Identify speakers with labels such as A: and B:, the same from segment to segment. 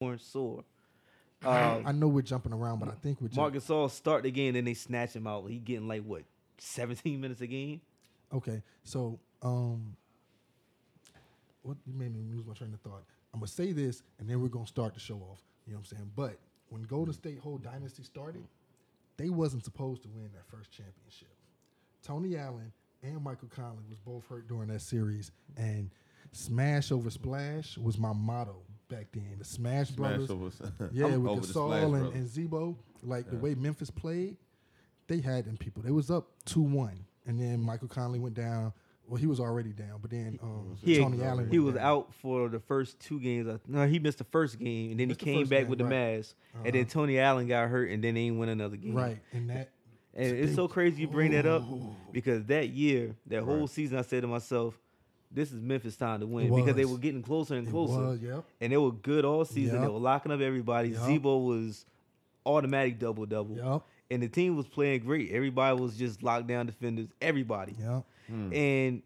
A: torn sore.
B: I-
A: Um,
B: I know we're jumping around, but I think we're
A: Marc
B: jumping.
A: Gasol start the game, then they snatch him out. He getting like what, 17 minutes a game?
B: Okay, so um, what you made me lose my train of thought. I'm gonna say this, and then we're gonna start the show off. You know what I'm saying? But when Golden State whole dynasty started, they wasn't supposed to win their first championship. Tony Allen and Michael Conley was both hurt during that series, and smash over splash was my motto back then. The Smash,
C: Smash
B: Brothers,
C: over,
B: yeah,
C: I'm
B: with
C: over
B: the
C: the
B: Saul
C: Splash
B: and,
C: Brothers.
B: and Zebo, like the way Memphis played, they had them people. They was up two one, and then Michael Conley went down. Well, he was already down, but then um,
A: He,
B: Tony Allen
A: he
B: went
A: was
B: down.
A: out for the first two games. I- No, he missed the first game, and then
B: Missed the
A: he came
B: first
A: back
B: game,
A: with the
B: right. Uh-huh.
A: Mavs, and then Tony Allen got hurt, and then they ain't win another game.
B: right, and that
A: And it's so crazy you bring that up because that year, that whole season, I said to myself, this is Memphis time to win because they
B: was.
A: were getting closer and
B: It
A: closer.
B: was, yep.
A: And they were good all season. They
B: Yep.
A: were locking up everybody.
B: Yep.
A: Zebo was automatic double double.
B: Yep.
A: And the team was playing great. Everybody was just lockdown defenders. Everybody.
B: yeah,
A: And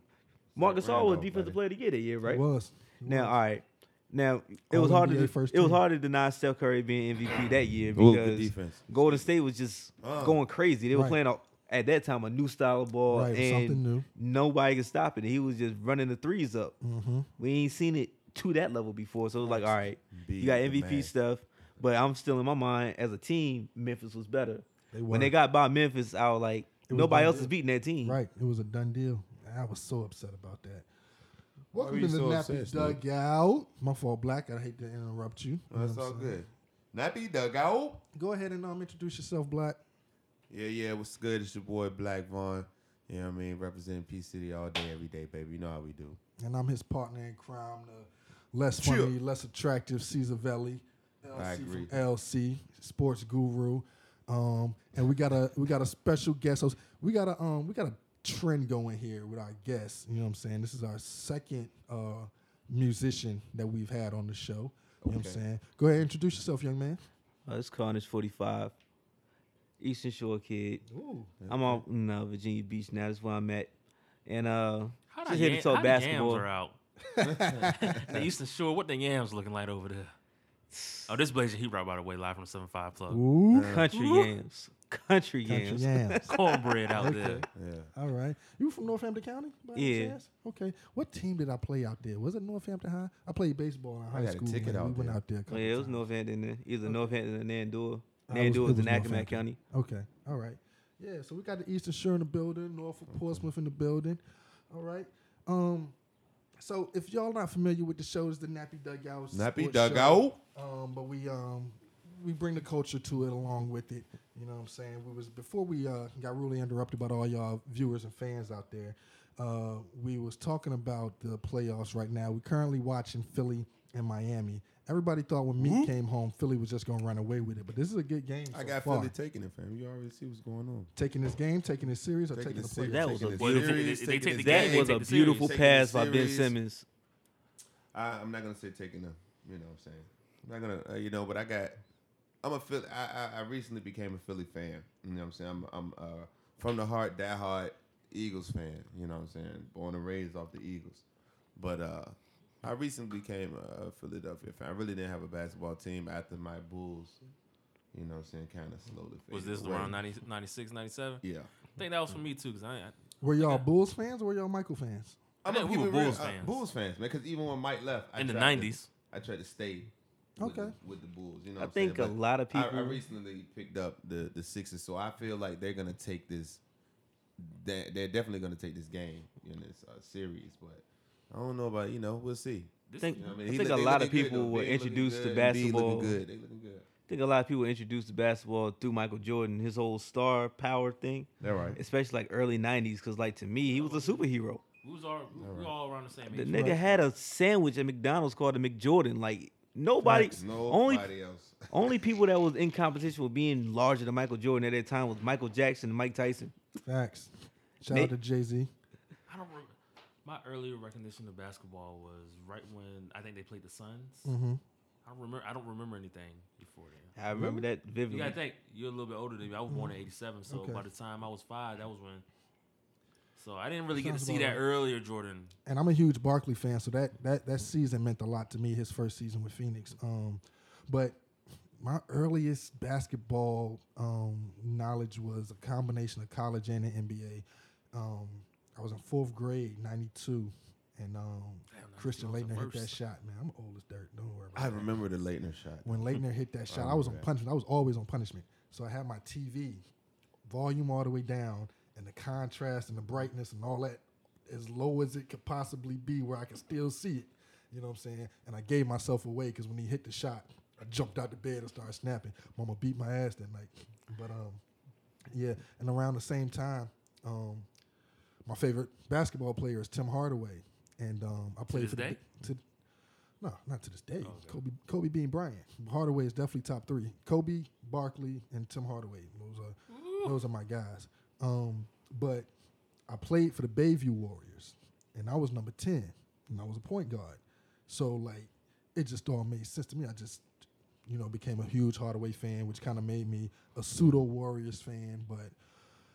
A: Marcus Gasol was
C: Hmm. Randolph,
A: defensive
C: buddy.
A: player to get it, yeah, right?
B: it was
A: Now, all right. Now it
B: All
A: was hard to
B: NBA
A: de-
B: first
A: it was
B: team.
A: hard to deny Steph Curry being MVP that year
C: Ooh, good
A: because
C: defense. Uh.
A: Golden State was just going crazy. They were
B: Right.
A: playing a, at that time a new style of ball
B: Right,
A: and
B: something new.
A: Nobody could stop it. He was just running the threes up.
B: Mm-hmm.
A: We ain't seen it to that level before. So it was like, all right,
C: Big
A: you got
C: the man.
A: MVP stuff, but I'm still in my mind as a team, Memphis was better.
B: They
A: when they
B: were.
A: got by Memphis, I was like,
B: was
A: nobody
B: done
A: else
B: deal.
A: is beating that team.
B: right. It was a done deal. And I was so upset about that. Welcome
C: were
B: to
C: you
B: the
C: so
B: Nappy
C: upset, Snoop?
B: Dugout. My fault, Black. I hate to interrupt you. You know
C: That's
B: what I'm
C: all
B: saying?
C: good. Nappy dugout.
B: Go ahead and um, introduce yourself, Black.
C: Yeah, yeah. What's good? It's your boy Black Vaughn. You know what I mean? Representing P City all day, every day, baby. You know how we do.
B: and I'm his partner in crime, the less
C: Chill.
B: funny, less attractive Caesar Velli, LC
C: I
B: from
C: agree.
B: LC sports guru, um, and we got a we got a special guest host. We got a um we got a trend going here with our guests. You know what I'm saying? This is our second uh, musician that we've had on the show. You know what I'm
C: Okay.
B: saying? Go ahead and introduce yourself, young man.
A: Uh, it's Carnage 45, Eastern Shore kid.
B: Ooh,
A: I'm out in uh, Virginia Beach now. That's where I'm at. And uh,
D: How
A: just
D: the,
A: here
D: yam,
A: to talk
D: how
A: basketball.
D: the yams are out. the Eastern Shore, what the yams looking like over there? Oh, this Blazer Heat Rock, by the way, live from 75
C: Uh,
D: Club.
B: ooh,
A: Country
D: Ooh.
A: yams. Country
B: country
A: yams.
B: yams.
D: Cornbread out there.
C: Yeah.
B: All right. You from Northampton County? By any
A: Yeah.
B: chance? Okay. What team did I play out there? Was it Northampton High? I played baseball in high
C: got a
B: school.
C: ticket
B: man.
C: out
B: we went
C: there.
B: out there. A
A: Oh,
B: couple
A: yeah, it was
B: times.
A: Northampton. Then. Either Northampton or Nandor.
B: Uh, it was-
A: Nandor
B: it
A: is in
B: was
A: Accomack
B: Northampton.
A: County.
B: Okay. All right. Yeah. So we got the Eastern Shore in the building, Norfolk, Portsmouth in the building. All right. Um. So if y'all not familiar with the show, it's the Nappy Dugout. It's a
C: Nappy
B: sports show.
C: Dugout.
B: Um, but we um we bring the culture to it along with it. You know what I'm saying? We was before we uh, got really interrupted by all y'all viewers and fans out there. Uh, we was talking about the playoffs right now. We're currently watching Philly and Miami. Everybody thought when Meek came home, Philly was just gonna run away with it, but this is a good game.
C: Mm-hmm. I
B: so
C: got
B: far.
C: Philly taking it, fam. You already see what's going on.
B: taking this game, taking this series, or taking,
C: Taking
B: the playoffs.
C: the series.
A: That was
C: taking
A: a
C: the
A: beautiful-
C: series,
D: they- they
C: taking
D: take
C: the
D: the
A: That
D: game,
C: game.
A: was a
D: take the series,
A: beautiful
C: take the
A: pass by Ben
C: series.
A: Simmons.
C: I, I'm not gonna say taking them. You know what I'm saying? I'm not gonna, uh, you know, but I got. I'm a Philly. I, I, I recently became a Philly fan. You know what I'm saying? I'm, I'm uh, from the heart, die hard Eagles fan. You know what I'm saying? Born and raised off the Eagles, but uh, I recently became a Philadelphia fan. I really didn't have a basketball team after my Bulls. You know what I'm saying? Kind of slowly.
D: Was
C: faded
D: this
C: away.
D: around 90, 96, 97?
C: Yeah.
D: I think that was for me, too, because I, ain't-
B: Were y'all Bulls fans or were y'all Michael fans?
D: I think we
C: keep
D: were
C: it real.
D: Bulls
C: Uh,
D: fans.
C: Bulls fans, man. Because even when Mike left, I
D: In the
C: tried to-
D: 90s.
C: I tried to stay. With
B: Okay.
C: the, with the Bulls, you know.
A: I
C: what I'm saying?
A: think a
C: But
A: lot of
C: I- I,
A: people-
C: recently picked up the the Sixers, so I feel like they're gonna take this. They're, they're definitely gonna take this game in this uh, series, but I don't know about you know. We'll see.
A: I
D: This-
A: think,
C: You know what
A: I
C: He
A: think
C: look-
A: a
C: they
A: lot of
C: looking good,
A: people
C: though.
A: were
C: Big looking
A: introduced to
C: good, and B
A: basketball.
C: Looking good.
A: I
C: They looking good.
A: think a lot of people were introduced to basketball through Michael Jordan, his whole star power thing,
C: They're right.
A: especially like early 90s, because like to me, he was a superhero.
D: we was all, we were all around the same
A: The
D: age.
A: nigga had a sandwich at McDonald's called a McJordan. Like nobody,
C: Nobody
A: only
C: else.
A: only people that was in competition with being larger than Michael Jordan at that time was Michael Jackson and Mike Tyson.
B: Facts. Shout
A: Nate-
B: out to Jay Z.
D: I don't remember. My earlier recognition of basketball was right when I think they played the Suns. I don't remember. I don't remember anything before then.
A: I remember that
D: You
A: vividly.
D: gotta think you're a little bit older than me. I was born in '87, so
B: Mm-hmm. Okay.
D: by the time I was five, that was when. So I didn't really get to
B: Sounds
D: see
B: about
D: that
B: right.
D: earlier, Jordan.
B: and I'm a huge Barkley fan, so that that that season meant a lot to me. His first season with Phoenix, um, But my earliest basketball um, knowledge was a combination of college and the NBA. Um, I was in fourth grade, '92, and um, Christian
D: was the
B: Leitner hit that
D: worst.
B: shot. Man, I'm old as dirt. Don't worry. About
C: I
B: that
C: remember the Leitner shot.
B: when Leitner hit that shot, I was on punishment. I was always on punishment. So I had my TV volume all the way down, and the contrast and the brightness and all that as low as it could possibly be, where I could still see it. You know what I'm saying? And I gave myself away because when he hit the shot, I jumped out the bed and started snapping. Mama beat my ass that night. But um, yeah, and around the same time, um, my favorite basketball player is Tim Hardaway, and um, I played
D: this
B: for the
D: day?
B: to no, not to this day. Kobe, Kobe being Bryant. Hardaway is definitely top three. Kobe, Barkley, and Tim Hardaway. Those are those are my guys. Um, but I played for the Bayview Warriors, and I was number ten, and I was a point guard. So like, it just all made sense to me. I just, you know, became a huge Hardaway fan, which kind of made me a pseudo Warriors fan, but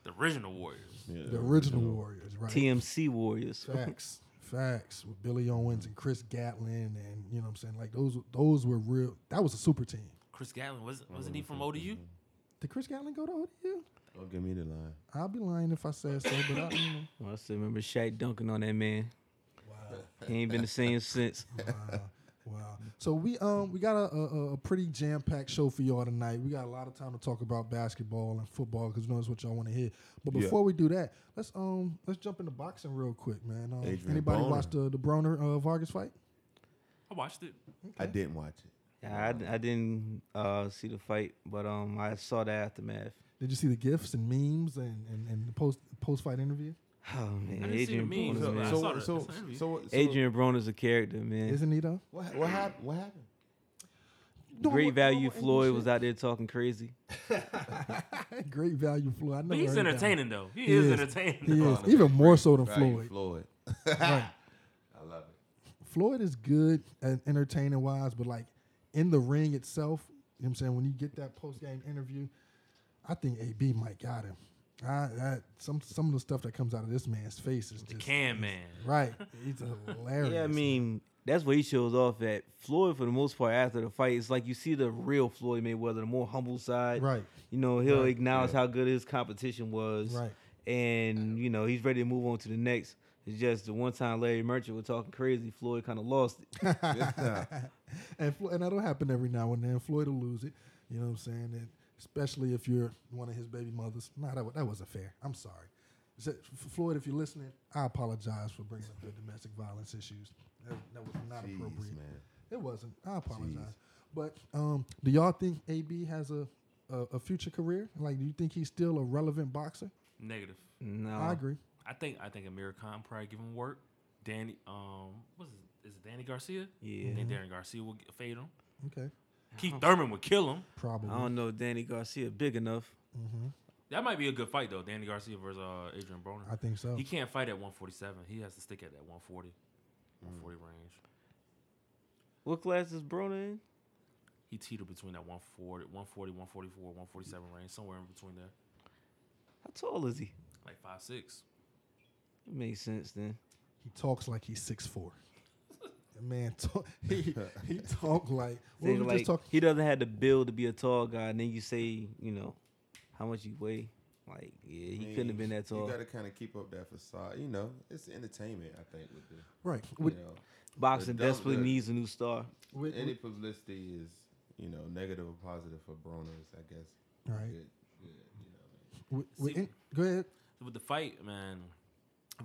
D: The original Warriors.
C: Yeah,
B: the original Warriors, right?
A: TMC Warriors.
B: Facts. Facts with Billy Owens and Chris Gatlin and you know what I'm saying like those those were real that was a super team.
D: Chris Gatlin was
B: Mm-hmm.
D: wasn't he from ODU?
B: Did Chris Gatlin go to ODU?
C: Oh, give me the line.
B: I'll be lying if I said so, but I you know,
A: Well, I still remember Shaq dunking on that man. He ain't been the same since.
B: wow, wow. So we um we got a, a, a pretty jam packed show for y'all tonight. We got a lot of time to talk about basketball and football because you know that's what y'all want to hear. But
C: Yeah.
B: before we do that, let's um let's jump into boxing real quick, man. Um,
C: Adrian
B: anybody
C: Broner.
B: watch the the Broner uh, Vargas fight?
D: I watched it.
C: I didn't watch it.
A: I, I didn't uh, see the fight, but um, I saw the aftermath.
B: Did you see the gifs and memes and and, and the post post fight interview?
A: Oh man,
D: I didn't see the
A: Adrian
D: memes,
A: Broner's
D: though,
A: man.
D: but
C: So,
D: I saw that.
C: so,
D: That's an
C: so, so,
D: interview.
A: Adrian Broner's a character, man.
B: Isn't he though?
C: What, what happened? What happened?
B: Doing
A: Great
B: what-
A: value
B: doing what
A: Floyd
B: English
A: was out there talking crazy.
B: is. Great value Floyd. I
D: But
B: never
D: he's
B: heard that.
D: entertaining though. He,
B: He
D: is,
B: is.
D: entertaining.
B: He
D: though.
B: is even more so than
C: Right,
B: Floyd.
C: Floyd.
B: Right.
C: I love it.
B: Floyd is good and entertaining wise, but like in the ring itself, you know what I'm saying? When you get that post game interview, I think AB might got him. I, that some some of the stuff that comes out of this man's face is just
D: Can man.
B: right. It's hilarious.
A: Yeah, I mean, that's what he shows off at. Floyd, for the most part, after the fight, it's like you see the real Floyd Mayweather, the more humble side.
B: right.
A: You know, he'll
B: Right.
A: acknowledge how good his competition was.
B: Right.
A: And, you know, he's ready to move on to the next. It's just the one time Larry Merchant was talking crazy, Floyd kind of lost it.
B: and Flo- and that'll happen every now and then. Floyd will lose it. You know what I'm saying? And especially if you're one of his baby mothers. Nah, that, wa- that wasn't fair. I'm sorry. So, F- Floyd, if you're listening, I apologize for bringing up your domestic violence issues. That, that was not
C: Jeez,
B: appropriate.
C: man.
B: It wasn't. I apologize. But um, do y'all think AB has a, a a future career? Like, do you think he's still a relevant boxer?
D: Negative.
A: No.
B: I agree.
D: I think I think Amir Khan probably give him work. Danny, um, what's his, is it Danny Garcia?
A: Yeah.
D: I think Darren Garcia will get, fade him.
B: Okay,
D: Keith Thurman would kill him.
B: probably. Mm-hmm.
A: I don't know if Danny Garcia big enough.
D: That might be a good fight though. Danny Garcia versus uh, Adrian Broner.
B: I think so.
D: He can't fight at 147. He has to stick at that 140, 140 range.
A: What class is Broner in?
D: He teetered between that 140, 140, 144, 147 range, somewhere in between there,
A: How tall is he?
D: like five six.
A: It makes sense then.
B: He talks like he's six four. Man, talk, he he talk like what
A: They
B: was we
A: like,
B: just talking?
A: he doesn't have the build to be a tall guy, and then you say, you know, how much you weigh. Like, yeah, he
C: I
A: couldn't have been
C: mean,
A: that tall.
C: You got to kind of keep up that facade. You know, it's entertainment. I think with the,
B: Right.
C: you
B: With,
C: know,
A: Boxing
C: the dumb-
A: desperately
C: the-
A: needs a new star.
B: with,
C: any
B: with,
C: publicity is you know negative or positive for Broner's. I guess.
B: right.
C: Good, good, you know.
B: With, with
D: See-
B: in, go ahead.
D: With the fight, man,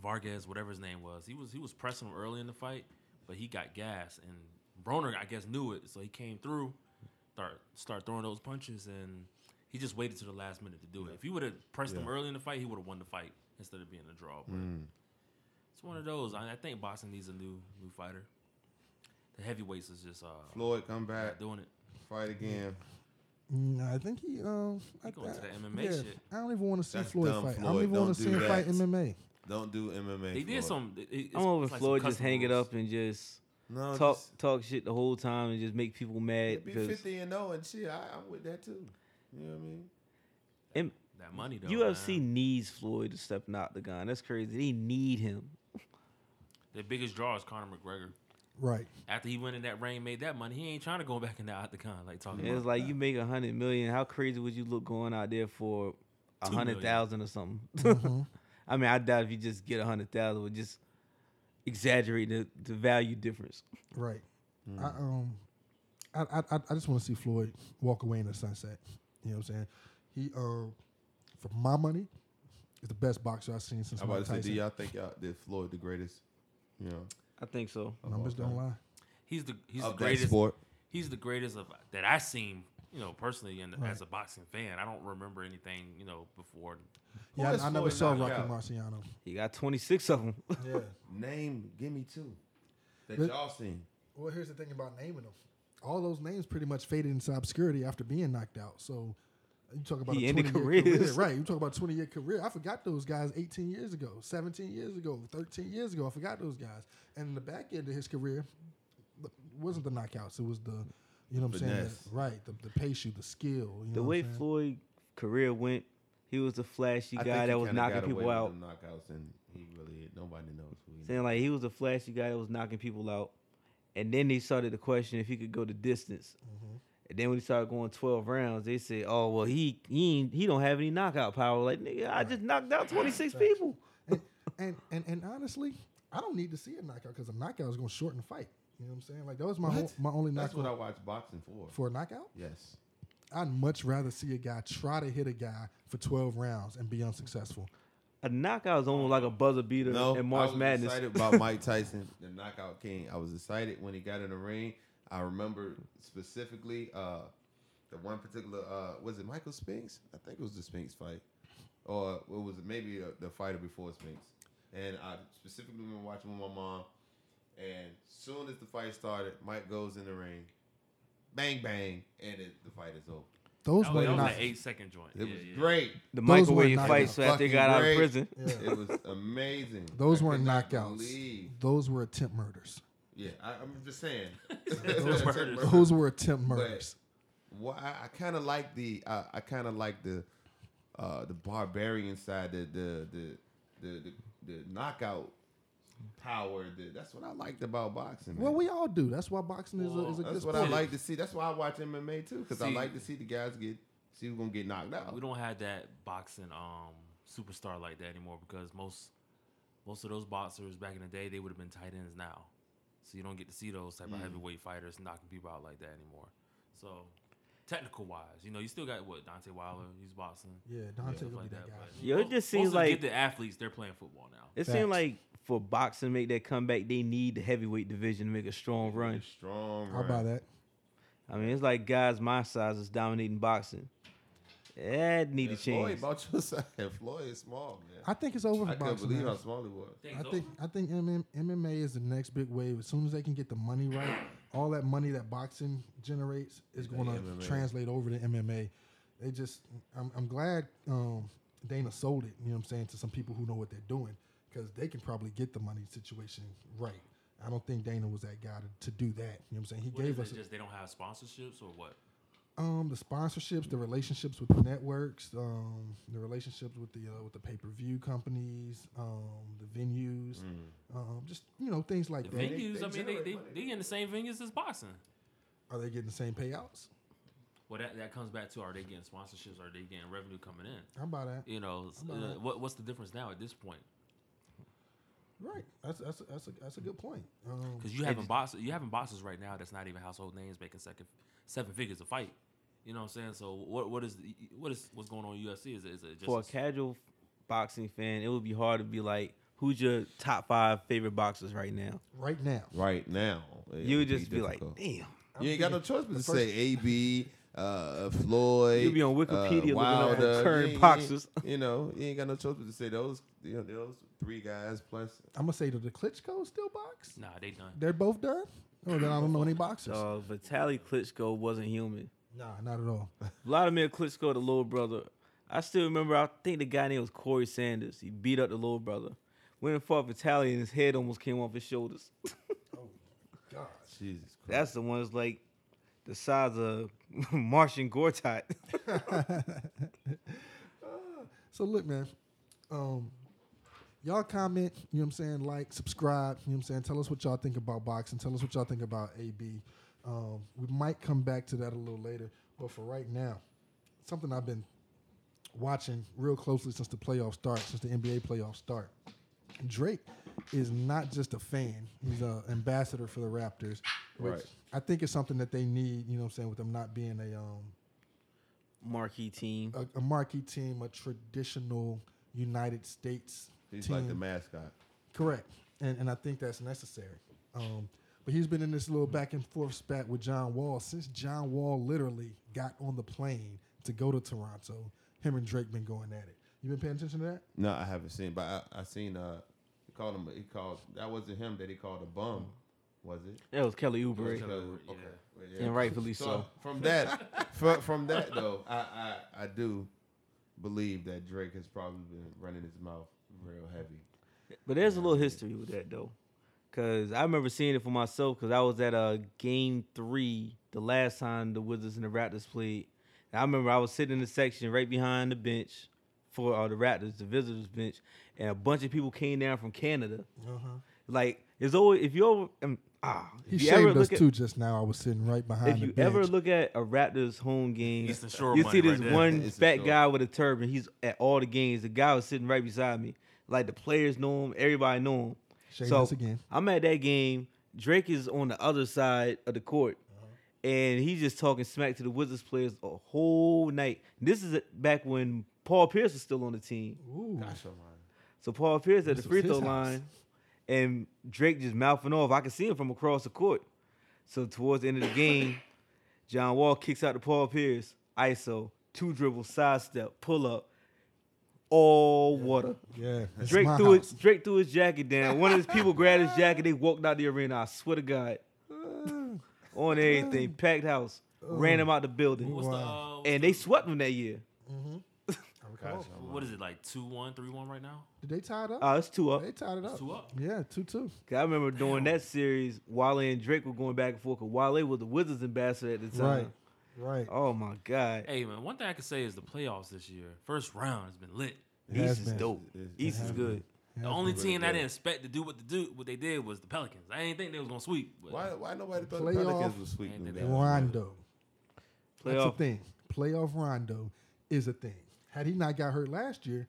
D: Vargas, whatever his name was, he was he was pressing him early in the fight, but he got gas, and Broner, I guess, knew it, so he came through, start start throwing those punches, and he just waited to the last minute to do it. If he would have pressed him
C: Yeah.
D: early in the fight, he would have won the fight instead of being a draw. But
A: Mm.
D: it's one of those. I, I think boxing needs a new new fighter. The heavyweights is just uh,
C: Floyd come back,
D: not doing it.
C: fight again.
B: Mm, I think he um. I,
D: going to the
B: I-
D: MMA
B: yeah,
D: shit.
B: I don't even want to see
C: That's
B: Floyd
C: dumb,
B: fight. I
C: Floyd.
B: don't even want to
C: Don't
B: see
C: do
B: him
C: that.
B: fight MMA.
C: Don't do MMA.
D: They did
C: Floyd.
D: some. It, it- it's,
A: I'm over
D: it's like some
A: Floyd just
D: custom
A: hang it
D: rules.
A: up and just
C: No,
A: talk
C: just-
A: talk shit the whole time and just make people
C: yeah,
A: mad
C: be
A: because
C: fifty and zero and shit. I, I'm with that too. You know what I mean?
A: M-
D: That money though.
A: UFC
D: man.
A: needs Floyd to step out the gun. That's crazy. They need him.
D: Their biggest draw is Conor McGregor.
B: Right.
D: After he went in that ring, made that money, he ain't trying to go back in that octagon like talking.
A: And
D: about.
A: it's like you make a hundred million. How crazy would you look going out there for a
D: Two
A: hundred
D: million.
A: thousand or something?
C: Mm-hmm.
A: I mean, I doubt if you just get a hundred thousand would just exaggerate the, the value difference.
B: Right.
C: Hmm.
B: I um, I I I- I just want to see Floyd walk away in the sunset. You know what I'm saying? He uh, for my money, is the best boxer I've seen since
C: I'm about
B: Mike
C: to say, do
B: Tyson.
C: y'all think y'all did Floyd the greatest? You know,
A: I think so.
C: of
B: Numbers
C: all time?
B: don't lie.
D: he's the he's
C: of
D: the
C: that
D: greatest.
C: sport.
D: He's the greatest of that I seen. You know, personally, and
B: Right.
D: as a boxing fan, I don't remember anything. You know, before
C: Who
B: yeah,
C: has
B: I, I never
C: Floyd
B: saw
C: knocked
B: Rocky
C: out?
B: Marciano.
A: He got twenty six of them.
B: Yeah.
C: Name, give me two that
B: Let-
C: y'all seen.
B: well, here's the thing about naming them. All those names pretty much faded into obscurity after being knocked out. So you talk about
A: He
B: a
A: ended
B: 20 year career,
A: careers.
B: right? You talk about a 20 year career. I forgot those guys 18 years ago, 17 years ago, 13 years ago. I forgot those guys. And in the back end of his career th- wasn't the knockouts. It was the you know what I'm saying,
C: Finesse.
B: the- right? The, the pace, you, the skill. You know
A: the
B: what
A: way
B: I'm saying?
A: Floyd career went, he was the flashy
C: I think
A: guy
C: he
A: that was
C: kinda
A: knocking
C: got away
A: people
C: with
A: out.
C: them Knockouts and he really nobody knows who he
A: Saying like he was a flashy guy that was knocking people out, and then they started to question if he could go the distance.
B: Mm-hmm.
A: And then when he started going twelve rounds, they said, "Oh well, he he ain't- he don't have any knockout power." Like nigga, I just knocked out twenty six people.
B: and, and and and honestly, I don't need to see a knockout because a knockout is going to shorten the fight. You know what I'm saying? Like that was my whole, my only
C: That's
B: knockout
C: what I watch boxing for.
B: for a knockout.
C: Yes.
B: I'd much rather see a guy try to hit a guy for 12 rounds and be unsuccessful.
A: A knockout is almost like a buzzer beater
C: No,
A: in
C: I
A: March
C: was
A: Madness.
C: excited about Mike Tyson, the knockout king. I was excited when he got in the ring. I remember specifically uh, the one particular uh, was it Michael Spinks? I think it was the Spinks fight, or it was maybe uh, the fighter before Spinks. And I specifically remember watching with my mom. And soon as the fight started, Mike goes in the ring, bang bang, and it, the fight is over.
B: Those
D: that was,
B: were
D: that was
B: not.
D: an eight second joint.
C: It
D: yeah,
C: was
D: yeah.
C: great.
A: The
B: Those
A: microwave
B: were knockouts.
A: fights after they
C: Fucking
A: got out
C: great.
A: of prison.
B: Yeah.
C: It was amazing.
B: Those
C: I
B: weren't
C: could not
B: knockouts.
C: believe.
B: Those were attempt murders.
C: Yeah, I, I'm just saying.
D: Those murders.
B: Those were attempt murders.
C: Well, I, I kind of like the I, I kind of like the uh, the barbarian side, the the the the, the, the knockout power. The, that's what I liked about boxing. man.
B: Well, we all do. That's why boxing is a, is a good
C: that's what I
B: sport.
C: like to see. That's why I watch MMA too, because I
D: See-
C: like to see the guys get see who's gonna get knocked out.
D: We don't have that boxing um superstar like that anymore because most most of those boxers back in the day they would have been tight ends now. So you don't get to see those
B: Mm.
D: type of heavyweight fighters knocking people out like that anymore. So technical wise, you know, you still got what Dante Wilder, he's boxing.
B: Yeah, Dante
D: stuff
B: will
D: like
B: be that
D: that,
B: guy.
D: but
A: Yo, it
D: most-
A: just
D: most
A: seems
D: of the
A: like-
D: gifted athletes they're playing football now.
A: It
B: Facts.
A: seemed like for boxing to make that comeback, they need the heavyweight division to make a strong run.
C: Strong.
B: How
C: run.
B: about that?
A: I mean, it's like guys my size is dominating boxing. That need
C: Yeah,
A: to change.
C: Floyd about your side. Floyd is small, man.
B: I think it's over for
C: I, couldn't
B: boxing.
C: believe
B: man.
C: how small he was.
D: Things
B: I
D: over.
B: think I think MM, MMA is the next big wave. As soon as they can get the money right, all that money that boxing generates is
C: Yeah,
B: going
C: MMA.
B: to translate over to MMA. They just, I'm, I'm glad um, Dana sold it. You know what I'm saying to some people who know what they're doing because they can probably get the money situation right. I don't think Dana was that guy to, to do that. You know what I'm saying? He
D: What
B: gave
D: is
B: us
D: it, just they don't have sponsorships or what?
B: um, the sponsorships, the relationships with the networks, um, the relationships with the uh, with the pay per view companies, um, the venues, um, just you know things like
D: Mm. The
B: that.
C: they-
D: venues,
C: they
D: I mean, they,
C: generate
D: they,
C: money.
D: they in the same venues as boxing.
B: Are they getting the same payouts?
D: Well, that, that comes back to are they getting sponsorships? Are they getting revenue coming in?
B: How about that?
D: you know, s-
B: about
D: uh,
B: that?
D: what what's the difference now at this point?
B: Right. That's that's a, that's a, that's a good point. Um,
D: Because you having bosses, you having bosses right now that's not even household names making second seven figures a fight. You know what I'm saying? So what what is the- what is what's going on in UFC? Is it, is it just
A: for a casual boxing fan, it would be hard to be like, who's your top five favorite boxers right now?
B: right now,
C: Right now, it
A: you
C: would
A: would just be, like,
C: difficult.
A: damn.
C: You ain't got no choice but to say AB, uh, Floyd.
A: You be on Wikipedia looking
C: uh,
A: up
C: Wilder.
A: for current
C: You ain't-
A: boxers.
C: You know, you ain't got no choice but to say those. You know, those three guys plus.
B: I'm gonna say do the Klitschko still box?
D: nah? They done.
B: They're both done. Oh, then I don't know any boxers.
A: Uh, Vitaly Klitschko wasn't human.
B: nah, not at all.
A: Vladimir Klitschko, the little brother. I still remember, I think the guy name was Corey Sanders. He beat up the little brother. Went and fought Vitaly, and his head almost came off his shoulders.
B: Gosh.
C: Jesus Christ.
A: That's the one that's like the size of Martian Gortat.
B: So look, man, um, y'all comment, you know what I'm saying? Like, subscribe, you know what I'm saying? Tell us what y'all think about boxing. Tell us what y'all think about AB. Um, we might come back to that a little later, but for right now, something I've been watching real closely since the playoffs start, since the NBA playoffs start. Drake is not just a fan; he's an ambassador for the Raptors, which
C: Right.
B: I think is something that they need. You know, what I'm saying with them not being a um,
A: Marquee team.
B: a, a marquee team, a traditional United States
C: He's
B: team.
C: like the mascot.
B: Correct, and and I think that's necessary. Um, but he's been in this little back and forth spat with John Wall since John Wall literally got on the plane to go to Toronto. Him and Drake been going at it. You been paying attention to that?
C: No, I haven't seen, but I, I seen. Uh, he called him. He called. That wasn't him that he called a bum, was it?
A: That was Kelly
C: It was
A: Oubre.
D: Kelly.
C: Kelly-
D: Yeah.
C: okay. Well, yeah.
A: And rightfully so.
C: From that, from, from that though, I, I I do believe that Drake has probably been running his mouth real heavy.
A: But there's a little history with that though, because I remember seeing it for myself. Because I was at uh, game three the last time the Wizards and the Raptors played. And I remember I was sitting in the section right behind the bench for uh, the Raptors, the visitors bench, and a bunch of people came down from Canada.
B: Uh huh.
A: Like it's always if you over um, ah
B: He
A: if you ever
B: shamed us
A: look at
B: too just now. I was sitting right behind
A: if
B: the
A: you
B: bench.
A: ever look at a Raptors home game,
D: Eastern Shore
A: you
D: money
A: see
D: right
A: this
D: there.
A: one
C: Eastern
A: fat
C: Shore.
A: guy with a turban. He's at all the games. The guy was sitting right beside me. Like the players know him, everybody know him.
B: Shame
A: so
B: us again.
A: I'm at that game. Drake is on the other side of the court,
B: Uh-huh.
A: and he's just talking smack to the Wizards players a whole night. This is back when Paul Pierce was still on the team.
B: Ooh.
C: Gosh almighty.
A: So Paul Pierce at
B: This
A: the
B: was
A: free
B: his
A: throw
B: house.
A: line, and Drake just mouthing off. I could see him from across the court. So towards the end of the game, John Wall kicks out to Paul Pierce, ISO, two dribble, sidestep, pull up, all water.
B: Yeah, it's
A: Drake
B: my
A: threw
B: house.
A: it. Drake threw his jacket down. One of his people grabbed his jacket. They walked out the arena. I swear to God, on everything, packed house, ran him out the building,
D: What's
B: Wow.
D: the, uh,
A: and they swept him that year.
B: Come on.
C: Gosh
D: what is it like two one three one right now?
B: Did they tie it up?
A: Uh, it's two up.
B: they tied it
D: It's
B: up.
D: two up.
B: Yeah, two two.
A: 'Cause I remember during that series, Wale and Drake were going back and forth. Cause Wale was the Wizards ambassador at the time.
B: Right, right.
A: Oh my God,
D: Hey man, one thing I can say is the playoffs this year. Alright. First round has been lit.
B: has
A: East is
B: been.
A: dope.
C: It's- it's-
A: East
C: it
A: is
C: has
A: good.
B: Yeah,
D: The only
C: been
D: team
C: really
D: I
C: good.
D: didn't expect to do what to do what they did was the Pelicans. I didn't think they was gonna sweep. But
C: Why why nobody thought the
B: Playoff.
C: Pelicans was sweeping
D: Man,
C: them
D: they-
C: down?
B: Rondo. That's a
A: Playoff.
B: thing. Playoff Rondo is a thing. Had he not got hurt last year,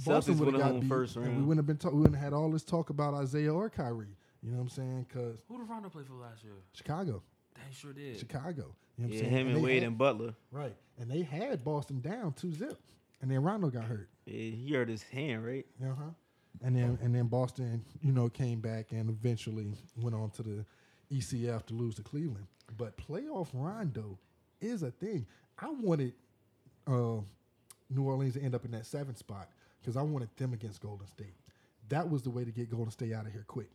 A: Celtics
B: Boston would
A: would've
B: have got
A: won
B: beat,
A: first
B: and we
A: round.
B: wouldn't have been. Talk- we wouldn't have had all this talk about Isaiah or Kyrie. You know what I'm saying? Because
D: Who did Rondo play for last year?
B: Chicago,
D: They sure did.
B: Chicago. You know what
A: Yeah,
B: I'm saying?
A: him and
B: they
A: Wade
B: had-
A: and Butler.
B: right, and they had Boston down two zip, and then Rondo got hurt.
A: Yeah, he hurt his hand, right?
B: Uh huh. And then and then Boston, you know, came back and eventually went on to the ECF to lose to Cleveland. But playoff Rondo is a thing. I wanted uh, New Orleans to end up in that seventh spot because I wanted them against Golden State. That was the way to get Golden State out of here quick.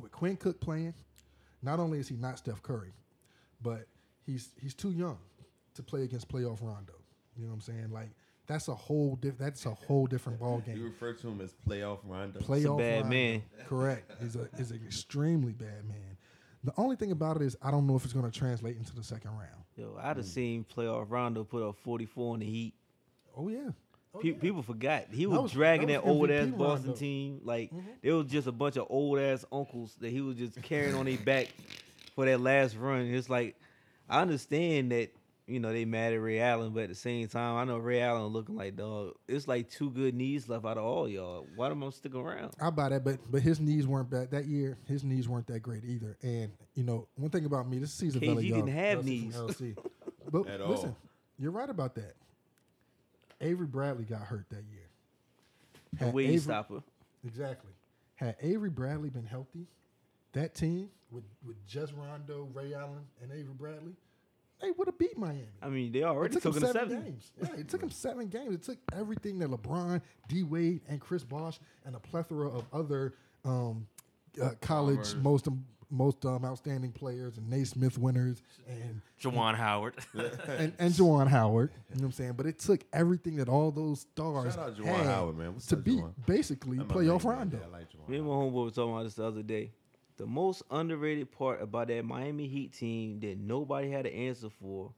B: With Quinn Cook playing, not only is he not Steph Curry, but he's he's too young to play against playoff Rondo. You know what I'm saying? Like that's a whole diff- that's a whole different ball game
C: You refer to him as playoff Rondo.
A: He's
B: playoff
A: a bad
B: Rondo.
A: man.
B: Correct. He's a is an extremely bad man. The only thing about it is I don't know if it's going to translate into the second round.
A: Yo, I'd have
B: Mm.
A: seen playoff Rondo put up 44 in the Heat.
B: Oh yeah.
A: Pe- People forgot he was,
B: That was-
A: dragging that,
B: that was
A: old ass
B: MVP
A: Boston
B: Rondo.
A: team. Like
B: Mm-hmm.
A: there was just a bunch of old ass uncles that he was just carrying on their back for that last run. And it's like I understand that you know they mad at Ray Allen, but at the same time I know Ray Allen looking like dog. It's like two good knees left out of all y'all. Why am I sticking around?
B: I buy that, but but his knees weren't bad that year. His knees weren't that great either. And you know, one thing about me, this season
A: KG
B: Vela, y'all,
A: didn't have
B: Vela
A: knees.
B: from LC. But
C: At
B: listen,
C: all.
B: you're right about that. Avery Bradley got hurt that year.
A: And
B: Had
A: Wade
B: Avery-
A: stopper.
B: Exactly. Had Avery Bradley been healthy, that team with with just Rondo, Ray Allen, and Avery Bradley, they would have beat Miami.
A: I mean they already
B: It took
A: took him
B: him
A: to
B: seven,
A: seven.
B: games. Yeah, it took him seven games. It took everything that LeBron, D Wade, and Chris Bosh, and a plethora of other um, uh, college
C: Bombers.
B: most most um, outstanding players and Naismith winners and
D: Jawan Howard.
B: and, and Jawan Howard. You know what I'm saying? But it took everything that all those stars
C: Shout out Juwan
B: had
C: Howard, man. What's
B: to
C: up,
B: beat
C: Juwan?
B: basically
C: I'm a
B: playoff
C: man,
B: Rondo.
C: yeah, I like Juwan.
A: Me and my homeboy were talking about this the other day. The most underrated part about that Miami Heat team that nobody had an answer for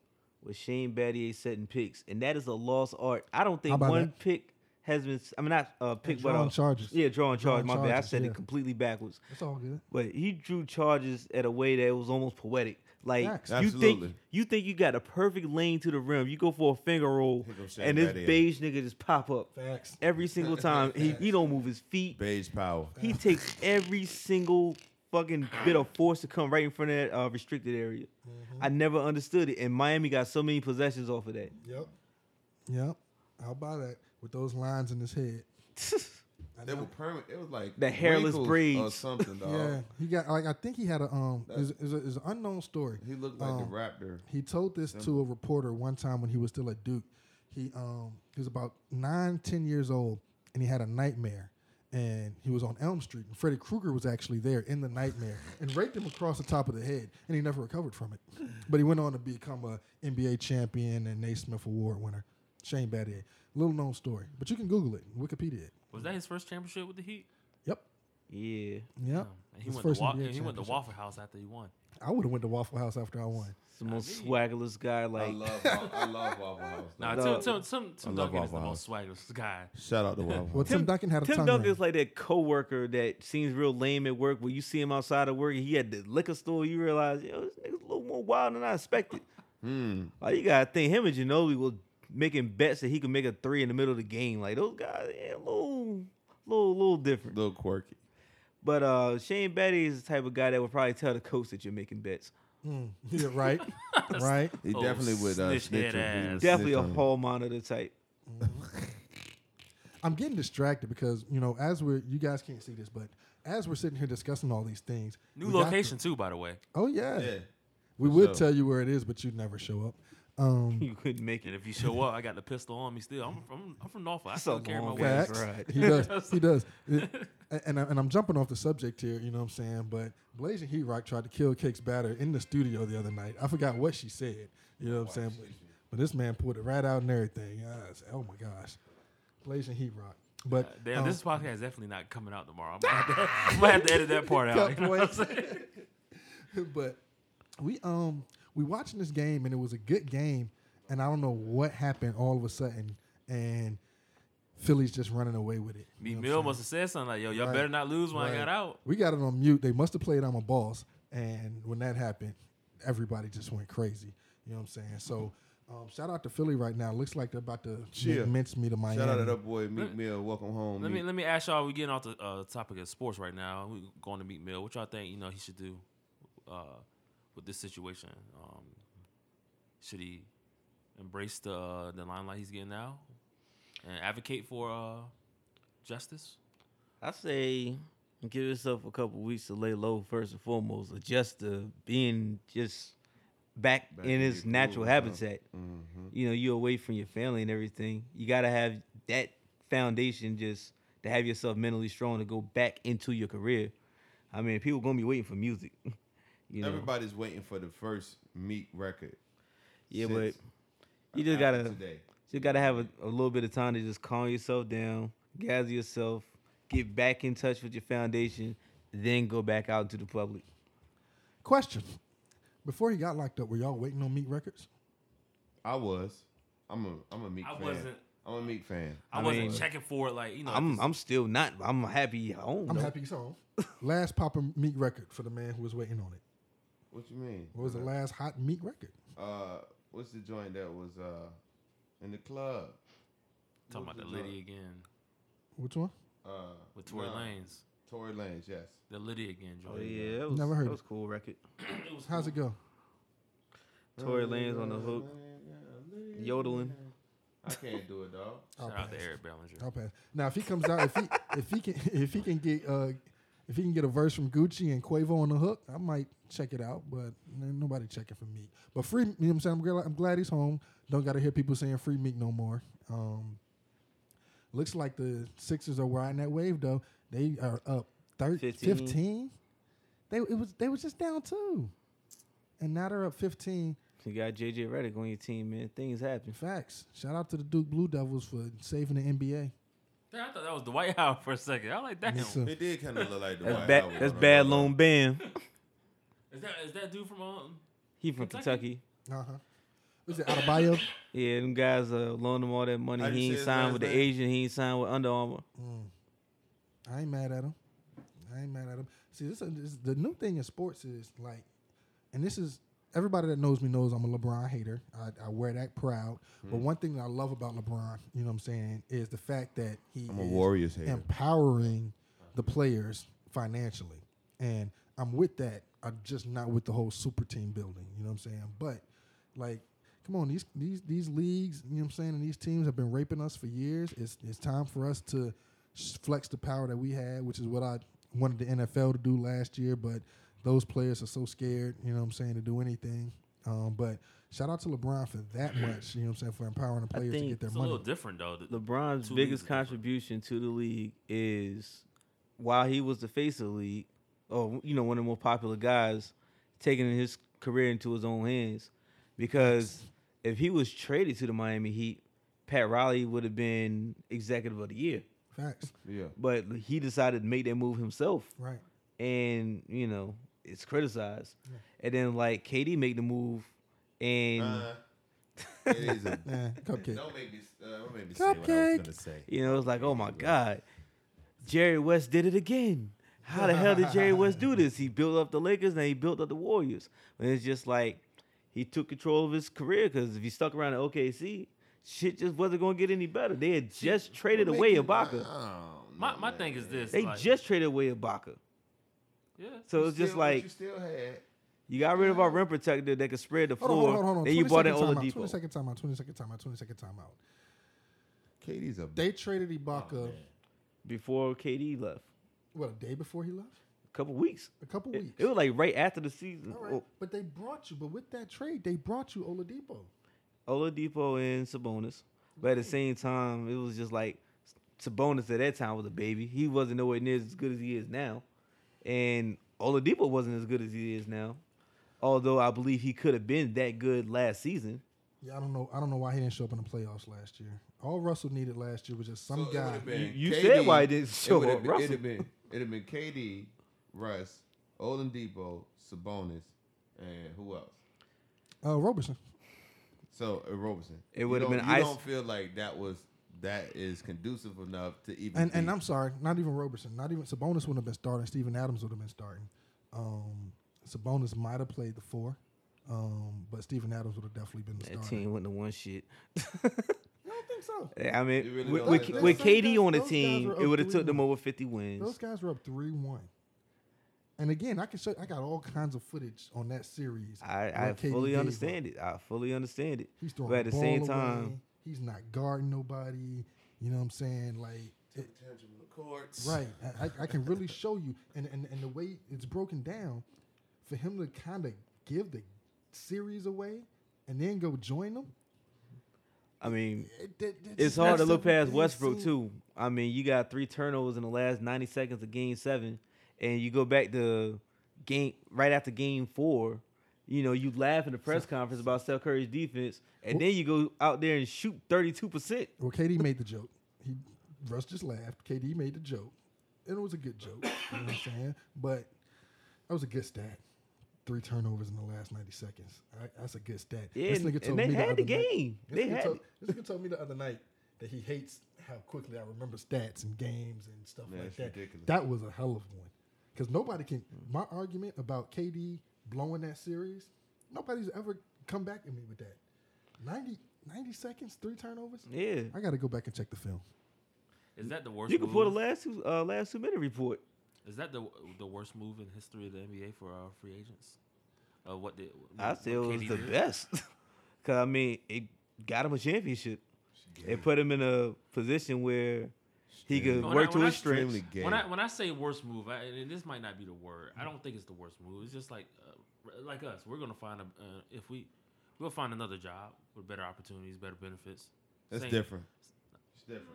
A: was Shane Battier setting picks, and that is a lost art. I don't
B: How
A: think
B: about
A: one
B: that?
A: pick has been. I mean, not uh, picked, but
B: drawing
A: uh,
B: charges.
A: Yeah, drawing charges.
B: Drawing
A: my bad. I
B: charges,
A: said
B: yeah.
A: it completely backwards.
B: It's all good.
A: But he drew charges at a way that was almost poetic. Like
B: Facts.
A: you
C: Absolutely.
A: think you think you got a perfect lane to the rim. You go for a finger roll,
C: Here goes Shaq
A: and this
C: right in.
A: beige nigga just pop up
B: Facts.
A: every single time. he, he don't move his feet.
C: Beige power.
A: He takes every single fucking bit of force to come right in front of that uh, restricted area.
C: Mm-hmm.
A: I never understood it, and Miami got so many possessions off of that.
B: Yep. Yep. I'll buy that with those lines in his head. I
C: They
B: know.
C: were permanent. It was like
A: The hairless
C: wrinkles or
A: braids.
C: something, dog.
B: Yeah, he got like I think he had a um is is an unknown story.
C: He looked like
B: um,
C: the raptor.
B: He told this to a reporter one time when he was still at Duke. He um he was about nine, ten years old, and he had a nightmare. And he was on Elm Street, and Freddy Krueger was actually there in the nightmare and raked him across the top of the head, and he never recovered from it. But he went on to become a NBA champion and Naismith Award winner. Shane Battier. Little known story, but you can Google it, Wikipedia it.
D: Was that his first championship with the Heat?
B: Yep,
A: Yeah,
B: yep.
D: Um, and he
B: His
D: went, to
B: first NBA
D: Wa- and he went to
B: championship.
D: Waffle House after he won.
B: I would have went to Waffle House after I won.
A: the most swaggerless guy.
C: I
A: Like
C: love, Wa- I love Waffle House.
D: Nah,
C: dog.
A: No.
D: Tim, Tim, Tim, Tim
C: love
D: Duncan is the
C: Waffle
D: most swaggerless guy.
C: Shout out to Waffle House.
B: Well, Tim, Duncan had a
A: Tim
B: tongue
A: Duncan
B: ring.
A: is like that coworker that seems real lame at work. When you see him outside of work, he at the liquor store. You realize, yo, this nigga's a little more wild than I expected.
C: Hmm.
A: Like you gotta think him and Ginobili was making bets that he could make a three in the middle of the game. Like those guys, yeah, a little, little, little different.
C: little quirky.
A: But uh, Shane Batty is the type of guy that would probably tell the coach that you're making bets.
B: Mm, yeah, right, right.
C: He
D: Oh,
C: definitely would uh,
D: snitch
C: snitch.
D: head
C: on- he would
D: ass.
A: Definitely
C: snitch
A: a
C: on you.
A: hall monitor type.
B: I'm getting distracted because you know, as we're you guys can't see this, but as we're sitting here discussing all these things,
D: New
B: we got
D: location too, by the way.
B: to- oh yeah,
C: Yeah.
B: we would
C: sure.
B: tell you where it is, but you'd never show up. Um,
A: You couldn't make
D: And
A: it.
D: if you show up, I got the pistol on me still. I'm from I'm from Norfolk. I
A: That's
D: still
A: a
D: carry my
A: long
D: weapons.
A: ass
B: facts.
A: ride.
B: He does. He does. It- and I, and I'm jumping off the subject here. You know what I'm saying? But Blazing Heat Rock tried to kill Cake's batter in the studio the other night. I forgot what she said. You know what I'm saying? But, but this man pulled it right out and everything. I was- oh my gosh, Blazing Heat Rock. But
D: Uh, Damn,
B: um,
D: this podcast is definitely not coming out tomorrow. I'm gonna have to, I'm gonna have to edit that part out.
B: Cut
D: You know what I'm
B: points.
D: saying?
B: but we um we watching this game and it was a good game and I don't know what happened all of a sudden and Philly's just running away with it. You
D: Me
B: know what I'm
D: Mill
B: saying?
D: must have said something like, "Yo, y'all all
B: Right.
D: better not lose when I
B: Right.
D: got out."
B: We got it on mute. They must have played I'm a boss and when that happened, everybody just went crazy. You know what I'm saying? So um, shout out to Philly right now. Looks like they're about to
C: Yeah.
B: mince me to Miami.
C: Shout out to that boy Meek
D: Let-
C: Mill. Welcome home.
D: Let
C: Meek.
D: me let me ask y'all. We getting off the uh, topic of sports right now. We going to meet Mill. What y'all think? You know, he should do uh, with this situation. Um, should he embrace the uh, the limelight he's getting now and advocate for uh, justice?
A: I say give yourself a couple weeks to lay low first and foremost, adjust to being just back,
C: Back
A: in
C: in
A: his
C: your
A: natural
C: groove, huh? Mm-hmm.
A: habitat. You know, you away from your family and everything. You gotta have that foundation just to have yourself mentally strong to go back into your career. I mean, people gonna be waiting for music. You know,
C: Everybody's waiting for the first Meek record.
A: yeah, but
C: since
A: you just
C: after
A: gotta
C: today.
A: You gotta have a, a little bit of time to just calm yourself down, gather yourself, get back in touch with your foundation, then go back out to the public.
B: Question. Before he got locked up, were y'all waiting on Meat Records?
C: I was. I'm a I'm a Meek
D: I
C: fan.
D: wasn't-
C: I'm a Meek fan.
D: I,
A: I
D: wasn't
A: mean,
D: checking for it. Like you know, if
A: I'm
D: it's-
A: I'm still not. I'm happy. I don't
B: I'm
A: know.
B: happy he's home. last poppin' meat record for the man who was waiting on it.
C: What you mean?
B: What was the last hot meat record?
C: Uh, what's the joint that was uh in the club?
D: talking about
C: What
D: the
C: was
D: Liddy again
B: Which one?
C: joint? Uh,
D: with Tory
C: no,
D: Lanez.
C: Tory Lanez, yes.
D: The Liddy again.
A: Oh
D: joint.
A: yeah, that was,
B: Never heard
A: that
B: it.
A: was a cool record.
D: It was
B: How's it go?
A: Tory Lanez on the hook, yodeling.
C: I can't do it, dog.
B: I'll
D: Shout out to
B: pass.
D: Eric Bellinger.
B: I'll pass. Now if he comes out, if he if he can if he can get uh if he can get a verse from Gucci and Quavo on the hook, I might check it out. But n- nobody checking for Meek. But free, you know what I'm saying? I'm glad, I'm glad he's home. Don't got to hear people saying free Meek no more. Um, looks like the Sixers are riding that wave though. They are up 13,
A: 15.
B: 15. They it was they was just down two, and now they're up 15.
A: You got JJ Redick on your team, man. Things happen.
B: Facts. Shout out to the Duke Blue Devils for saving the NBA.
D: Damn, I thought that was the White House for a second. I like damn.
B: Me
D: Is
B: too.
C: It did kind of look like the
A: That's
C: White
A: bad.
C: Howard
A: That's
C: on the
A: bad.
C: hook.
A: Lone Bam.
D: that is that dude from um?
A: He from
D: Kentucky?
A: Kentucky.
B: Uh huh. Is it Adebayo?
A: Yeah, them guys uh, loaned him all that money.
C: I didn't
A: He
C: see
A: ain't
C: his
A: signed
C: last
A: with the
C: name.
A: Asian. He ain't signed with Under Armour.
B: I ain't mad at him. I ain't mad at him. See, this, is- this the new thing in sports is like, and this is everybody that knows me knows I'm a LeBron hater. I, I wear that proud. But
C: Mm.
B: one thing that I love about LeBron, you know what I'm saying, is the fact that he
C: I'm a
B: is
C: Warriors hater.
B: empowering the players financially, and I'm with that. I'm just not with the whole super team building. You know what I'm saying? But like. Come on, these, these these leagues, you know what I'm saying, and these teams have been raping us for years. It's it's time for us to s- flex the power that we had, which is what I wanted the NFL to do last year. But those players are so scared, you know what I'm saying, to do anything. Um, but shout out to LeBron for that much, you know what I'm saying, for empowering the players to
A: think
B: get their
D: It's a
B: money.
D: little different though. The-
A: LeBron's
D: Two leagues
A: biggest
D: different.
A: contribution to the league is while he was the face of the league, or you know, one of the more popular guys, taking his career into his own hands. Because if he was traded to the Miami Heat, Pat Riley would have been executive of the year.
B: Facts,
C: Yeah.
A: But he decided to make that move himself,
B: right?
A: and you know, it's criticized. And then like KD made the move, and
C: Uh, it is a.
B: Yeah, cupcake.
C: Don't make me. Uh, don't make me say what I was
B: Cupcake.
C: gonna say.
A: You know, it's like, oh my God, Jerry West did it again. How the hell did Jerry West do this? He built up the Lakers and he built up the Warriors. And it's just like he took control of his career because if he stuck around at OKC, shit just wasn't gonna get any better. They had just traded
C: What
A: away
C: make you-
A: Ibaka.
C: I don't
D: My
C: know,
D: my
C: man.
D: thing is this.
A: They
D: like,
A: just traded away Ibaka.
D: yeah.
A: So
C: You
A: it's just
C: still- what
A: like
C: you still had.
A: you got rid of our rim protector that could spread the
B: Hold on, hold
A: floor.
B: on, hold on.
A: Then you
B: 20
A: bought in
B: second timeout, 20
A: Oladipo.
B: second timeout, 20 second timeout, 20 second timeout.
C: KD's a.
B: They traded Ibaka,
A: Oh, before KD left.
B: what, a day before he left?
A: A couple weeks.
B: A couple
A: It,
B: weeks.
A: it was oh. like right after the season.
B: All right.
A: O-
B: But they brought you, but with that trade, they brought you Oladipo.
A: Oladipo and Sabonis. But at the same time, it was just like Sabonis at that time was a baby. He wasn't nowhere near as good as he is now, and Oladipo wasn't as good as he is now. Although I believe he could have been that good last season.
B: Yeah, I don't know. I don't know why he didn't show up in the playoffs last year. All Russell needed last year was just some
C: So it
B: guy.
C: would've been
A: You- you said why it didn't show
C: would've
A: up,
C: been-
A: Russell.
C: It'd have been, it'd have been KD, Russ, Oladipo, Sabonis, and who else?
B: Uh, Roberson.
C: So uh, Roberson.
A: It
C: You
A: would've
C: don't-
A: been
C: You
A: ice-
C: don't feel like that was that is conducive enough to even.
B: And and
C: be-
B: I'm sorry, not even Roberson, not even Sabonis wouldn't have been starting. Steven Adams would have been starting. Um, Sabonis might have played the four, um, but Steven Adams would have definitely been the
A: That
B: starter.
A: team wouldn't have won shit.
B: I don't think so.
A: I mean,
C: You really
A: with,
C: don't
A: with,
C: think so?
A: with KD
B: Those
A: on the
B: guys
A: team,
B: were
A: it
B: up
A: would have took them
B: 3-1.
A: over fifty wins.
B: Those guys were up three one. And again, I can show. I got all kinds of footage on that series.
A: I, I
B: where KD
A: fully
B: gave up.
A: understand it. I fully understand it.
B: He's throwing
A: But at
B: the
A: the
B: ball
A: same
B: away.
A: time,
B: he's not guarding nobody. You know what I'm saying? Like, it,
C: Tangible courts.
B: right? I, I- I can really show you, and, and and the way it's broken down, for him to kind of give the series away and then go join them.
A: I mean,
B: it- that- that
A: It's
B: just
A: hard to
B: messed
A: look
B: up with
A: past
B: the
A: Westbrook
B: scene.
A: too. I mean, you got three turnovers in the last ninety seconds of Game Seven, and you go back to game right after Game Four. You know, you laugh in the press conference about Steph Curry's defense, and then you go out there and shoot thirty-two percent.
B: Well, KD made the joke. He Russ just laughed. KD made the joke, and it was a good joke. you know what I'm saying? But that was a good stat. Three turnovers in the last 90 seconds. I, that's a good stat.
A: Yeah, and- and they had the
B: other night-
A: game.
B: this
A: They
B: nigga
A: had
B: told-
A: it.
B: This nigga told me the other night that he hates how quickly I remember stats and games and stuff
C: Man,
B: like
C: it's
B: that.
C: ridiculous.
B: That was a hell of one. Because nobody can. My argument about KD blowing that series, nobody's ever come back at me with that. 90, 90 seconds, three turnovers?
A: Yeah,
B: I got to go back and check the film.
D: Is that the worst?
A: you can pull the
D: move?
A: last two uh, last two minute report.
D: Is that the the worst move in history of the NBA for uh, free agents? Uh, what did
A: I
D: what
A: say it was
D: KD
A: the
D: did?
A: best because I mean it got him a championship. It put him in a position where he could
D: When I-
A: work to
D: when I-
A: his strengths.
C: Extremely gay.
D: When I when I say worst move, I, and this might not be the word. I don't think it's the worst move. It's just like uh, like us, we're gonna find a uh, if we we'll find another job with better opportunities, better benefits.
C: That's
D: Same-
C: different. It's different.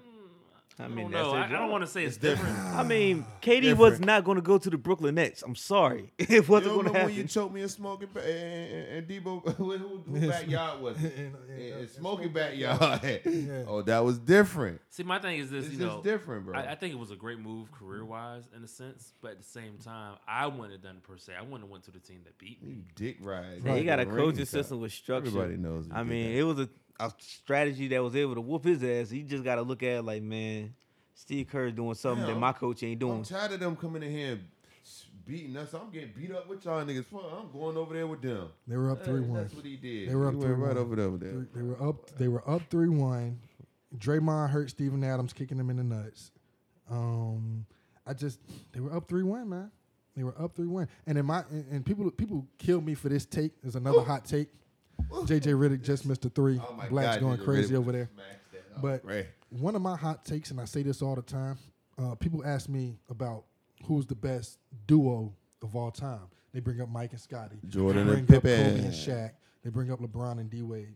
A: I
D: I
A: mean,
D: don't know. I, I
A: that's
D: don't want
A: to.
D: to say it's,
C: It's
D: different.
C: different.
A: I mean, KD was
C: Different.
A: not going to go to the Brooklyn Nets. I'm sorry, it
C: you
A: wasn't going
C: remember
A: to
C: when you
A: happen.
C: choked me in smoking ba- and, and, and Debo who, who, who
B: Yes.
C: backyard was it?
B: And- and-
C: In-
B: and-
C: in
B: and
C: Smokey
B: Smokey
C: backyard.
B: Yeah.
C: Oh, that was different.
D: See, my thing is this,
C: It's
D: you
C: just
D: know,
C: different, bro.
D: I, I think it was a great move career wise in a sense, but at the same time, I wouldn't have done it per se. I wouldn't have went to the team that beat me.
C: you dick ride.
A: Man, he got a
C: Ring
A: coaching
C: cop.
A: system with structure.
C: Everybody knows. he
A: I
C: did
A: mean,
C: that.
A: it was a, a strategy that was able to whoop his ass. You just got to look at it like, man, Steve Kerr doing something
C: Yeah,
A: that my coach ain't
C: I'm
A: doing.
C: tired of them coming in here and s- beating us. I'm getting beat up with y'all niggas. Fuck, I'm going over there with them.
B: They were up
C: Hey,
B: three one.
C: Uh, That's what he did.
B: They were up
C: he went right
B: 3-1.
C: over there with them.
B: Three- They were up. They were up three one. Draymond hurt Steven Adams, kicking him in the nuts. Um, I just they were up three one, man. They were up three one, and in my and, and people people killed me for this take. There's another hot take. JJ Riddick just missed a three.
C: Oh my
B: Black's
C: God,
B: going
C: nigga,
B: crazy
C: really
B: over there.
C: smashed that up.
B: But-
C: Right.
B: One of my hot takes, and I say this all the time. Uh, people ask me about who's the best duo of all time. They bring up Mike and Scotty.
C: Jordan
B: they
C: and
B: bring up Kobe
C: Pippen.
B: and Shaq. They bring up LeBron and D Wade.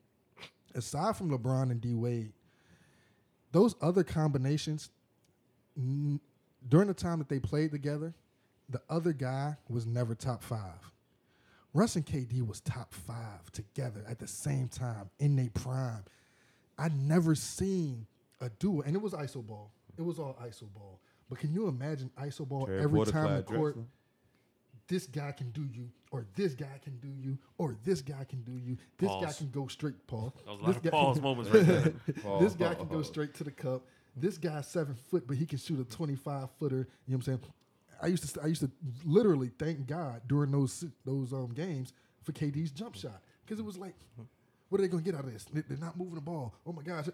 B: Aside from LeBron and D Wade, those other combinations n- during the time that they played together, the other guy was never top five. Russ and KD was top five together at the same time in their prime. I never seen a duo, and it was iso ball. It was all iso ball. But can you imagine iso ball
C: Terry
B: every
C: Porter,
B: time the
C: Clyde
B: court?
C: Drexler.
B: This guy can do you, or this guy can do you, or this guy can do you. This guy
D: Pause.
B: can go straight, Paul.
D: That was a
B: This
D: lot of
B: guy-
D: pause moments right there.
B: this
C: Pause,
B: guy can go
C: pause.
B: straight to the cup. This guy's seven foot, but he can shoot a twenty-five footer. You know what I'm saying? I used to, I used to literally thank God during those those um, games for KD's jump shot because it was like, what are they gonna get out of this? They- They're not moving the ball. Oh my gosh!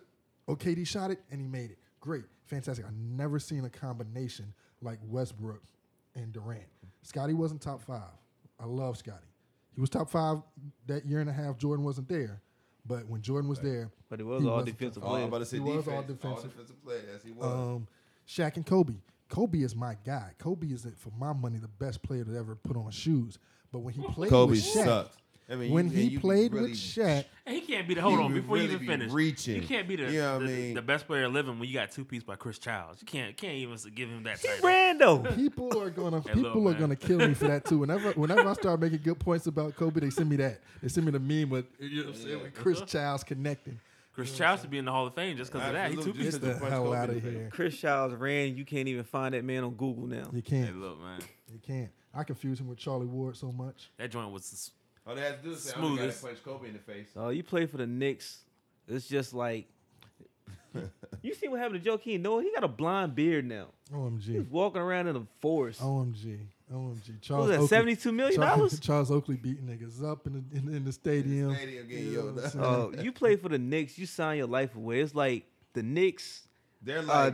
B: Oh, KD shot it and he made it. Great, fantastic. I never seen a combination like Westbrook and Durant. Scotty wasn't top five. I love Scotty. He was top five that year and a half. Jordan wasn't there, but when Jordan was there,
A: But it was
B: He
A: all
B: wasn't
A: defensive
C: Oh, I'm
A: players.
C: about to say
B: He
C: defense.
B: was all
C: All
B: defensive.
C: defensive player. Yes, he was.
B: um, Shaq and Kobe. Kobe is my guy. Kobe is, for my money, the best player to ever put on shoes. But when he played
C: Kobe
B: with Shaq,
C: sucked. I mean,
B: when
C: you-
B: he
C: you could
B: played
C: really-
B: with Shaq,
D: And he can't be the hold
C: He
D: on
C: would
D: before
C: really
D: you even
C: be
D: finish.
C: reaching.
D: You can't be the,
C: You know what I
D: the,
C: mean?
D: the best player living when you got two piece by Chris Childs. You can't can't even give him that
A: He
D: title.
A: ran though.
B: people are gonna
D: Hey,
B: people
D: look,
B: are
D: man.
B: gonna kill me for that too. Whenever whenever I start making good points about Kobe, they send me that. They send me the meme with you know what I'm saying, with Chris
D: Uh-huh.
B: Childs connecting.
D: Chris Childs should be in the Hall of Fame just because of that. He two
C: Absolutely.
D: piece.
B: Get
C: Just
B: the
C: to punch
B: hell
C: Kobe
B: out
C: in
B: of
C: the face.
B: here.
A: Chris Childs ran. You can't even find that man on Google now.
B: You
D: Hey,
B: can't.
D: look, man,
B: You can't. I confuse him with Charlie Ward so much.
D: that joint was
C: All they had to do is Oh, say, I'm going to
D: Smoothest. Uh,
C: punch Kobe in the face.
A: So you play for the Knicks. It's just like you see what happened to Joakim Noah. He got a blind beard now.
B: OMG.
A: He's walking around in the forest.
C: Oh,
B: OMG. OMG.
A: What
B: Charles
A: was that
B: Oakley-
A: seventy-two million
B: Charles,
A: dollars?
B: Charles Oakley beating niggas up in the in, in the stadium.
C: stadium getting
B: You know
C: yelled
B: what I'm
C: at.
B: saying?
A: Oh, you play for the Knicks. You sign your life away. It's like the Knicks
D: uh,
C: They're like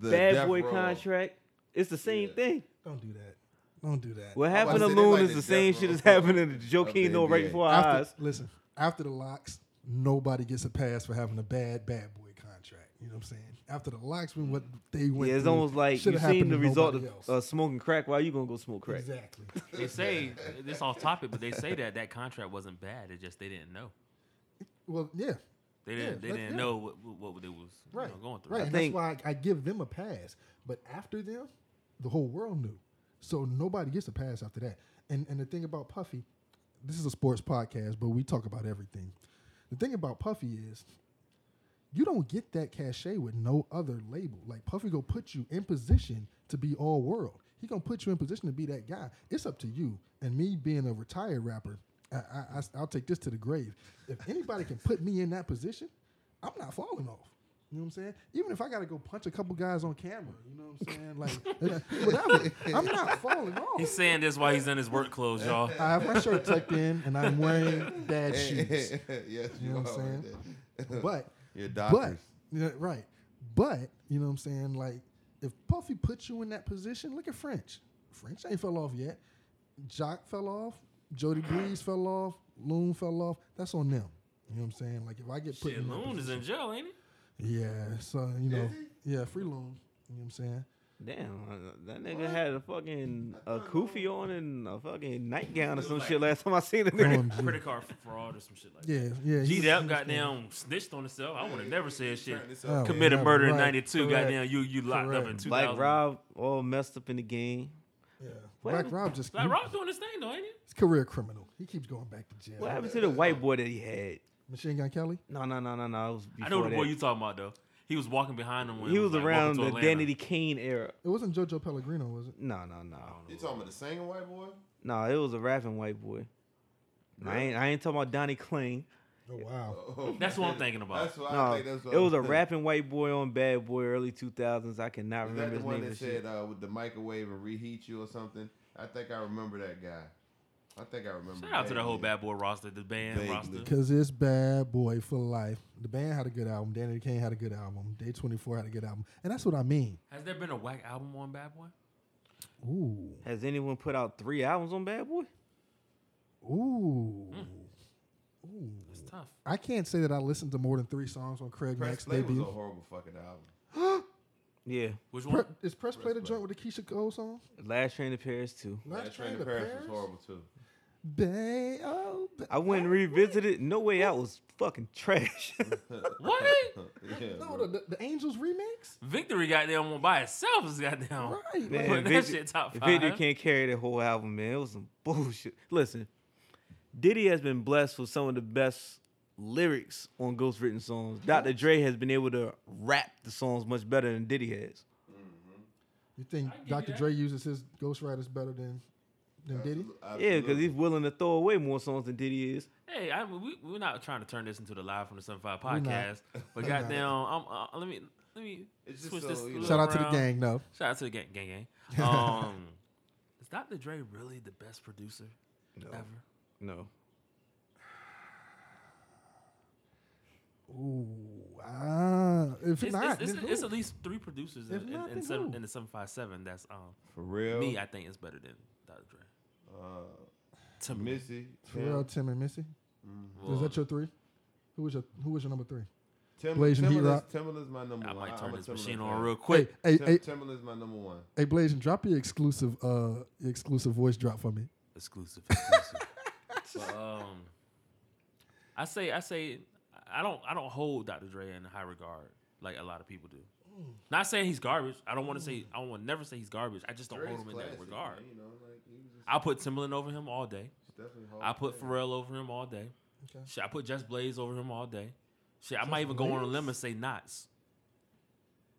C: the
A: bad
C: death
A: boy
C: row.
A: contract. It's the same
C: Yeah.
A: thing.
B: Don't do that. Don't do that.
A: What
C: about
A: happened
C: to
A: to
C: say, they
A: Loon
C: like
A: is
C: the
A: the same
C: death
A: shit
C: row
A: as happening to
C: of the
A: Joakim Noah right
C: NBA.
A: before our eyes.
B: after, listen, after the locks, nobody gets a pass for having a bad bad boy contract. You know what I'm saying? After the locks, when what they went,
A: Yeah, it's
B: through
A: almost like
B: shoulda
A: you seen
B: happened
A: the
B: to
A: result
B: nobody
A: of
B: else.
A: uh, smoking crack. Why you gonna go smoke crack?
B: exactly.
D: they say this off topic, but they say that that contract wasn't bad. It just they didn't know.
B: Well, yeah,
D: They
B: Yeah,
D: didn't they
B: that-
D: didn't
B: yeah.
D: know what what, what they was you
B: right,
D: know, going through.
B: right.
A: I
B: and
A: think-
B: that's why I, I give them a pass. But after them, the whole world knew, so nobody gets a pass after that. And and the thing about Puffy, this is a sports podcast, but we talk about everything. The thing about Puffy is you don't get that cachet with no other label. Like Puffy gonna put you in position to be all world. He gonna put you in position to be that guy. It's up to you. And me being a retired rapper, I, I, I will take this to the grave. If anybody can put me in that position, I'm not falling off. You know what I'm saying? Even if I gotta go punch a couple guys on camera, you know what I'm saying? Like whatever, I'm not falling off.
D: He's saying this while he's in his work clothes, y'all.
B: I have my shirt tucked in and I'm wearing dad shoes.
C: yes, you,
B: You know what
C: are
B: I'm
C: right there.
B: But
C: Your
B: but
C: doctors.
B: yeah, right. But you know what I'm saying? Like, if Puffy puts you in that position, look at French. French ain't fell off yet. Jock fell off. Jody Breeze fell off. Loon fell off. That's on them. You know what I'm saying? Like if I get put
D: Shit,
B: in that
D: Loon is
B: position-
D: in jail, ain't he?
B: yeah, so you know,
C: Is
B: yeah, free loan. You know what I'm saying?
A: Damn, uh, that nigga had a fucking a kufi on and a fucking nightgown or some shit last time I seen the nigga.
B: OMG.
D: Credit card fraud or some shit like that.
B: Um, Yeah, yeah. he
D: G
B: was-
D: Dep
B: he was
D: got
B: cool.
D: down, snitched on himself. I would have never said shit.
C: Turn this
B: Oh,
C: up.
D: Committed
B: yeah,
D: murder in
B: right,
D: '92.
B: correct.
D: Goddamn, you you locked up in
B: Correct.
D: 2000.
A: Black Rob all messed up in the game.
B: Yeah.
A: What
B: Black
A: happened-
B: Rob just
D: Black
B: he-
D: Rob's doing his thing though, ain't he?
B: he's a career criminal. He keeps going back to jail.
A: What happened to the white boy that he had?
B: Machine Gun Kelly?
A: No, no, no, no, no. It was
D: I know
A: before
D: the boy
A: that.
D: you talking about though. He was walking behind him. When
A: He was
D: like,
A: around
D: walking
A: the
D: to Atlanta.
A: Danny Kane era.
B: It wasn't JoJo Pellegrino, was it?
A: No, no, no,
C: You talking about the singing white boy?
A: no. It was a rapping white boy. And I
C: Really?
A: ain't, I ain't talking about Donnie Kling.
B: Oh wow.
C: Oh,
D: That's what I'm thinking about.
C: That's why I
A: No,
C: think that's what
A: it
C: I'm
A: was a
C: thinking.
A: rapping white boy on Bad Boy early 2000s. I cannot
C: Is that
A: remember
C: the
A: his
C: one
A: name.
C: that
A: and shit.
C: said uh, with the microwave and reheat you or something? I think I remember that guy. I think I remember.
D: Shout out to the whole
C: vaguely.
D: Bad Boy roster, the band
C: Vaguely.
D: roster.
B: Cause it's bad boy for life. The band had a good album. Danny Kane had a good album. Day Twenty Four had a good album, and that's what I mean.
D: Has there been a whack album on Bad Boy?
B: Ooh,
C: uh,
A: Has anyone put out three albums on Bad Boy?
B: ooh, ooh.
D: It's tough.
B: I can't say that I listened to more than three songs on Craig
C: Press
B: Mack's
C: Play was a
B: debut.
C: horrible fucking album.
A: Yeah,
D: Which
B: Pre-
D: one?
B: is Press Play the
C: Play.
B: joint with the Keisha Cole song?
A: Last Train to Paris too.
C: That Train to Paris was horrible too.
B: Bay, oh, ba-
A: I went and revisited. it. No Way Out was fucking trash.
D: What?
C: yeah,
B: no,
C: bro.
B: the, the, the Angels remix.
D: Victory goddamn one by itself is goddamn.
B: Right,
A: Man,
D: Put that
A: Victor-
D: shit top
A: if
D: five.
A: Diddy can't carry the whole album, man. It was some bullshit. Listen, Diddy has been blessed with some of the best lyrics on ghost written songs. Dr. Dre has been able to rap the songs much better than Diddy has.
B: You think
D: I give you
B: Dr.
D: that.
B: Dre uses his ghostwriters better than than Diddy?
C: Absolutely.
A: Yeah, because he's willing to throw away more songs than Diddy is.
D: Hey, I mean, we we're not trying to turn this into the live from the Seven Five
B: not.
D: podcast, but
B: We're not.
D: goddamn, I'm, uh, let me let me
C: It's just
D: switch
C: so,
D: this.
C: you know-
D: little
B: Shout out to the
D: around.
B: gang, though.
D: Shout out to the gang, gang, gang. Um, is Dr. Dre really the best producer ever?
A: No.
B: Ooh, ah, if
D: It's,
B: not,
D: it's, it's,
B: then
D: it's
B: who?
D: at least three producers
B: If
D: in,
B: not,
D: in, in,
B: then
D: seven,
B: who?
D: in the seven five seven. That's um
C: for real.
D: me. I think is better than Dr. Dre.
C: uh,
D: To me,
C: Missy,
B: Pharrell,
C: Tim,
B: Tim, and Missy. Is
D: Well,
B: that your three? Who was your Who was your number three?
C: Tim,
B: Blazing Heat
C: Timberland's,
B: Rock?
C: Timberland's my number
D: I
C: one.
D: might
C: I'm
D: turn
C: a
D: this
C: Timberland
D: machine
C: fan.
D: on real quick.
B: Hey, hey,
C: Tim,
B: hey,
C: Timberland's my number one.
B: hey, Blazing, drop your exclusive, uh, your exclusive voice drop for me.
D: Exclusive. exclusive. But, um, I say, I say, I don't, I don't hold Dr. Dre in high regard like a lot of people do.
B: Mm.
D: Not saying he's garbage. I don't want to say, I want never say he's garbage. I just don't
C: Dre's
D: hold him in
C: classic,
D: that regard.
C: man, you know, like, he was just
D: I'll put Timbaland over him all day.
C: definitely
D: I
C: hard
D: put
C: to play.
D: Pharrell over him all day.
B: Okay.
D: Shit, I put Jess Blaze over him all day. Shit, I might even go on a
B: Blaze?
D: limb and say Knots.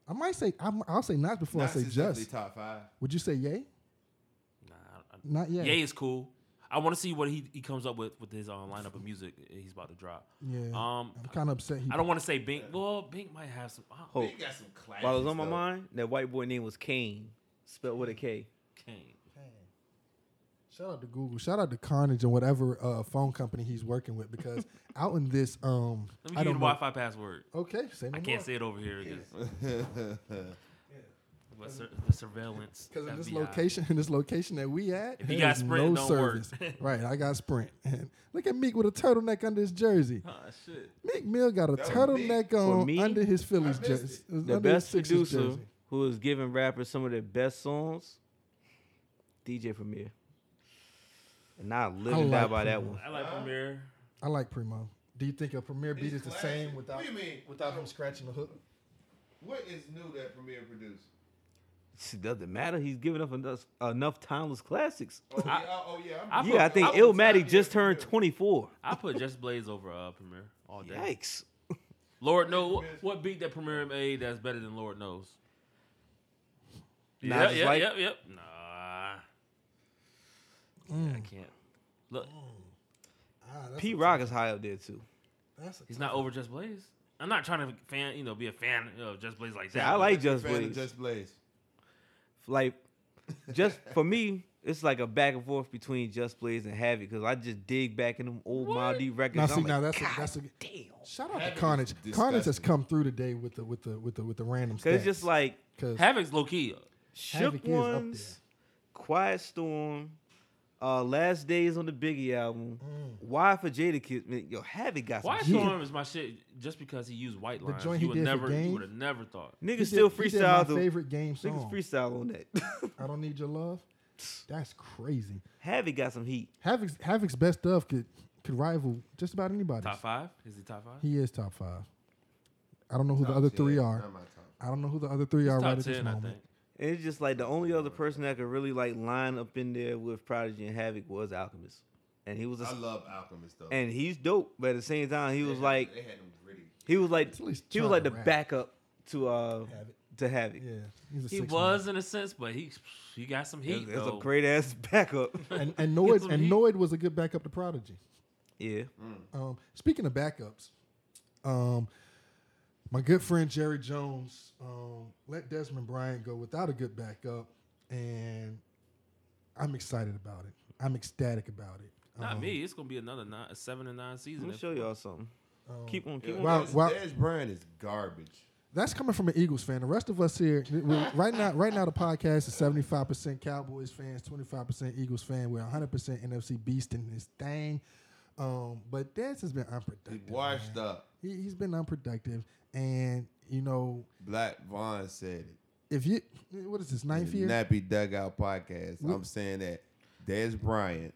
B: I might say I'm, I'll say not before
C: Knox
B: I
C: is
B: say
C: definitely
B: just.
C: top five.
B: Would you say yay?
D: Nah, I- I-
B: Not yay.
D: Ye is cool. I want to see what he, he comes up with with his uh, lineup of music he's about to drop.
B: Yeah.
D: Um,
B: I'm kind of upset. He,
D: I don't want to say Bink. Well, Bink might have some. I
A: Hold.
C: He got some classics.
A: While I was on my
C: though.
A: mind, that white boy name was Kane, spelled with a K.
D: Kane.
B: Shout out to Google. Shout out to Carnage and whatever uh, phone company he's working with because out in this um,
D: Let
B: I
D: me give you the
B: don't know.
D: Wi-Fi password.
B: Okay, say no
D: I
B: more.
D: can't say it over here because what sur- the surveillance.
B: Because in this
D: FBI.
B: location, in this location that we at,
D: uh, If you
B: there
D: got
B: is
D: Sprint,
B: no
D: don't work.
B: service. right, I got Sprint. And look at Meek with a turtleneck under his jersey.
D: Ah, shit.
B: Meek Mill got a
C: That was
B: turtleneck
A: For
B: on
A: me,
B: under his Phillies
C: I missed
B: jersey.
A: The
B: under his
A: best
B: Sixers
A: producer
B: jersey.
A: who is giving rappers some of their best songs, DJ Premier. And I live
B: I
A: and die
B: like
A: by that
B: Premier.
A: one.
D: I like
C: Huh?
D: Premiere.
B: I like Primo. Do you think a premiere beat
C: He's
B: is the
C: classic.
B: same without
C: What do you mean?
B: without him scratching the hook?
C: What is new that Premier produced?
A: It doesn't matter. He's giving up enough, enough timeless classics.
C: Oh, yeah, oh, oh, yeah. I'm
D: I
C: sorry.
A: yeah, I think
C: was
A: Illmatic
C: excited
A: just
C: for
A: turned
C: Premier.
A: 24.
D: I put Just Blaze over uh, Premiere all day.
A: Yikes.
D: Lord knows what, what beat that Premiere made that's better than Lord knows.
A: Nah,
D: yep,
A: just
D: yep,
A: like-
D: yep, yep. Nah,
B: Mm.
D: I can't. Look,
B: Ah, that's
A: P
B: a-
A: Rock is high up there too.
B: that's a-
D: he's not over Just Blaze. I'm not trying to fan, you know, be a fan of Just Blaze like that.
A: I
D: but
A: like Just
C: Fan of
A: Blaze.
C: Just Blaze.
A: like just for me, it's like a back and forth between Just Blaze and Havoc because I just dig back in them old Mob Deep records.
B: Now,
A: I'm
B: see,
A: like,
B: now that's a-
A: God
B: that's a-
A: damn.
B: Shout out to
C: Havoc is
B: Carnage. Carnage has
C: disgusting.
B: come through today with the with the with the with the random
A: Cause
B: stats.
A: it's just like
B: 'Cause
D: Havoc's low key.
A: shook
B: Havoc is up
A: ones, Quiet Storm, Uh, Last Days on the Biggie album.
B: Mm.
A: Why for Jada Kid? Man, yo, Havoc got some
D: Why
A: shit.
D: Storm is my shit just because he used white
B: The
D: lines.
B: joint he
D: you would
B: did for
D: never,
B: Game?
D: you would have never thought.
B: He
A: Niggas
B: did-
A: still
B: he did my
A: freestyle. though.
B: favorite game
A: Niggas
B: song.
A: freestyle on that.
B: I don't need your love. That's crazy.
A: Havoc got some heat.
B: Havoc's Havoc's best of could could rival just about anybody.
D: Top five? Is he top five?
B: He is top five. I don't know who
A: Oh,
B: the other three are.
C: Not my top.
B: I don't know who the other three are
D: He's
B: right
D: top
B: at this
D: ten, I
B: moment.
D: think.
A: And it's just like the only other person that could really like line up in there with Prodigy and Havoc was Alchemist, and he was
C: I
A: a,
C: love Alchemist though.
A: and he's dope. But at the same time, he
C: They
A: was
C: had-
A: like
C: they had them gritty.
A: he was like
B: At least
A: he was
B: try
A: like
B: to
A: the
B: rap.
A: backup to uh
B: Havoc.
A: to Havoc.
B: Yeah, he's a
D: He
B: six
D: was in a sense, but he he got some heat.
A: It's, it's a
D: though.
A: great ass backup.
B: man. And, and
D: Get
B: Noid
D: some
B: and
D: heat.
B: Noid was a good backup to Prodigy.
A: yeah,
B: Um, speaking of backups, um, my good friend Jerry Jones um, let Desmond Bryant go without a good backup, and I'm excited about it. I'm ecstatic about it.
D: Not
B: Um,
D: me. It's gonna be another nine, a seven and nine season.
A: let me
D: if-
A: show y'all something.
B: um,
A: Keep on, keep
C: Yeah,
A: on.
B: Wow,
C: Dez,
B: wow.
C: Dez Bryant is garbage.
B: That's coming from an Eagles fan. The rest of us here, we- we- right now, right now, the podcast is seventy five percent Cowboys fans, twenty five percent Eagles fan. We're one hundred percent NFC beast in this thing. Um, but Dez has been
C: He
B: unproductive.
C: washed
B: man.
C: up.
B: He, he's been unproductive, and you know,
C: Black Vaughn said it.
B: if you what is this ninth
C: the
B: year?
C: Nappy Dugout podcast.
B: We-
C: I'm saying that Dez Bryant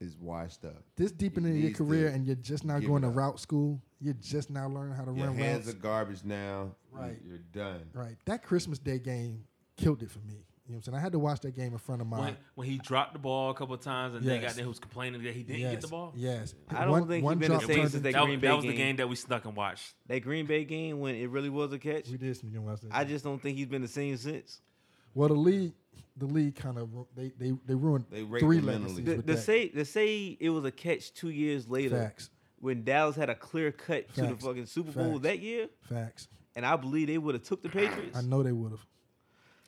C: is washed up.
B: this deep
C: He
B: into your
C: needs to
B: career and you're just now
C: give
B: going
C: it
B: to
C: up.
B: route school. You're just now learning how to
C: Your
B: run
C: hands
B: routes.
C: are garbage now. You-
B: Right.
C: You're done.
B: right. That Christmas Day game killed it for me. You know what I'm saying? I had to watch that game in front of my.
D: When, when he dropped the ball a couple of times and then
B: Yes.
D: got there, he was complaining that he didn't
B: yes,
D: get the ball.
B: Yes.
A: I don't think he been the
B: drop
D: It
A: same
B: turned
D: was-
A: since
B: into-
A: that
D: that,
A: Green
D: was-
A: Bay
D: that was the
A: game.
D: game that we snuck and watched.
A: That Green Bay game when it really was a catch.
B: We did sneak and watch that.
A: I
B: game.
A: just don't think he's been the same since.
B: well, the league, the league kind of ru- they they they ruined
C: They raped
B: three
C: him
B: legacies
C: mentally.
A: The,
B: with
A: the
B: that.
A: say the say it was a catch two years later
B: facts,
A: when Dallas had a clear cut to the
B: Facts.
A: fucking Super Bowl
B: Facts.
A: that year,
B: facts.
A: and I believe they would have took the Patriots.
B: I know they would have.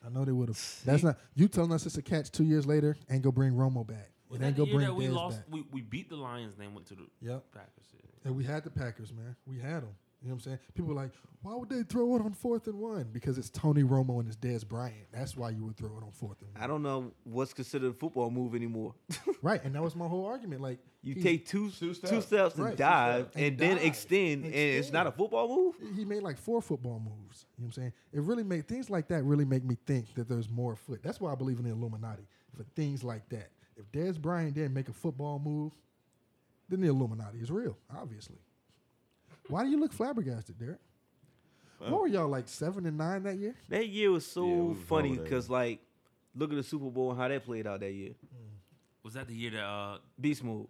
B: I know they would have. That's not you telling us it's a catch two years later. Ain't go bring Romo back.
D: Was
B: it
D: that
B: ain't
D: the
B: go
D: year
B: bring
D: that we
B: Dez
D: lost?
B: back.
D: We, we beat the Lions, then went to the
B: Yep.
D: Packers. yeah.
B: And we had the Packers, man. We had them. You know what I'm saying? People were like, why would they throw it on fourth and one? Because it's Tony Romo and it's Dez Bryant. That's why you would throw it on fourth and one.
A: I don't know what's considered a football move anymore.
B: Right. And that was my whole argument. Like,
A: you
B: he's-
A: take two two
C: Two steps.
A: steps, and
B: Right, two
A: dive,
B: steps.
A: and,
B: And
A: then
B: dive.
A: extend, and it's
B: Extend.
A: not a football move.
B: he made like four football moves. You know what I'm saying? It really made things like that really make me think that there's more afoot. That's why I believe in the Illuminati for things like that. If Dez Bryant didn't make a football move, then the Illuminati is real, obviously. Why do you look flabbergasted, Derek? what were y'all like seven and nine that year?
A: That year was
C: Yeah, we
A: so
C: was
A: funny
C: over there.
A: because like, look at the Super Bowl and how that played out that year.
D: Was that the year that uh,
A: Beast move.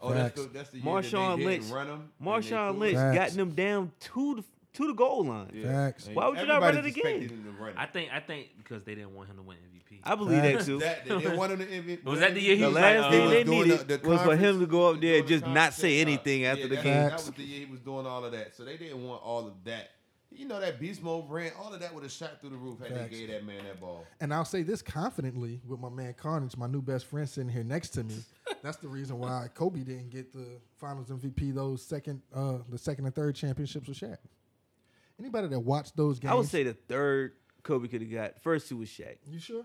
C: Oh, that's
B: Facts.
C: the, that's the year that
A: Marshawn
C: they didn't
A: Lynch.
C: run him. and they threw
A: Marshawn
C: it.
A: Lynch
B: Facts.
A: got them down to the, to the goal line.
C: Yeah.
B: Facts.
C: And
A: Why would you not run
C: everybody
A: it again?
C: expected him to run it.
D: I think I think because they didn't want him to win MVP.
A: I believe
B: Facts.
A: that too.
C: That- they didn't want him to MVP.
D: Was that the year he
A: The
D: was
A: last
D: like,
A: thing
D: uh,
A: they
C: doing the-
A: needed
C: the
A: was for him to
C: conference-
A: go up there and
C: doing
A: just
C: the
A: not say
C: conference
A: anything
C: check-up.
A: after the
C: Yeah,
A: game.
C: that-
B: Facts.
C: That was the year he was doing all of that. So they didn't want all of that. You know that beast mode ran all of that would have shot through the roof had
B: Facts.
C: they gave that man that ball.
B: And I'll say this confidently with my man Carnage, my new best friend sitting here next to me. That's the reason why Kobe didn't get the Finals MVP those second, uh, the second and third championships with Shaq. Anybody that watched those games,
A: I would say the third Kobe could have got. First two was Shaq.
B: you sure.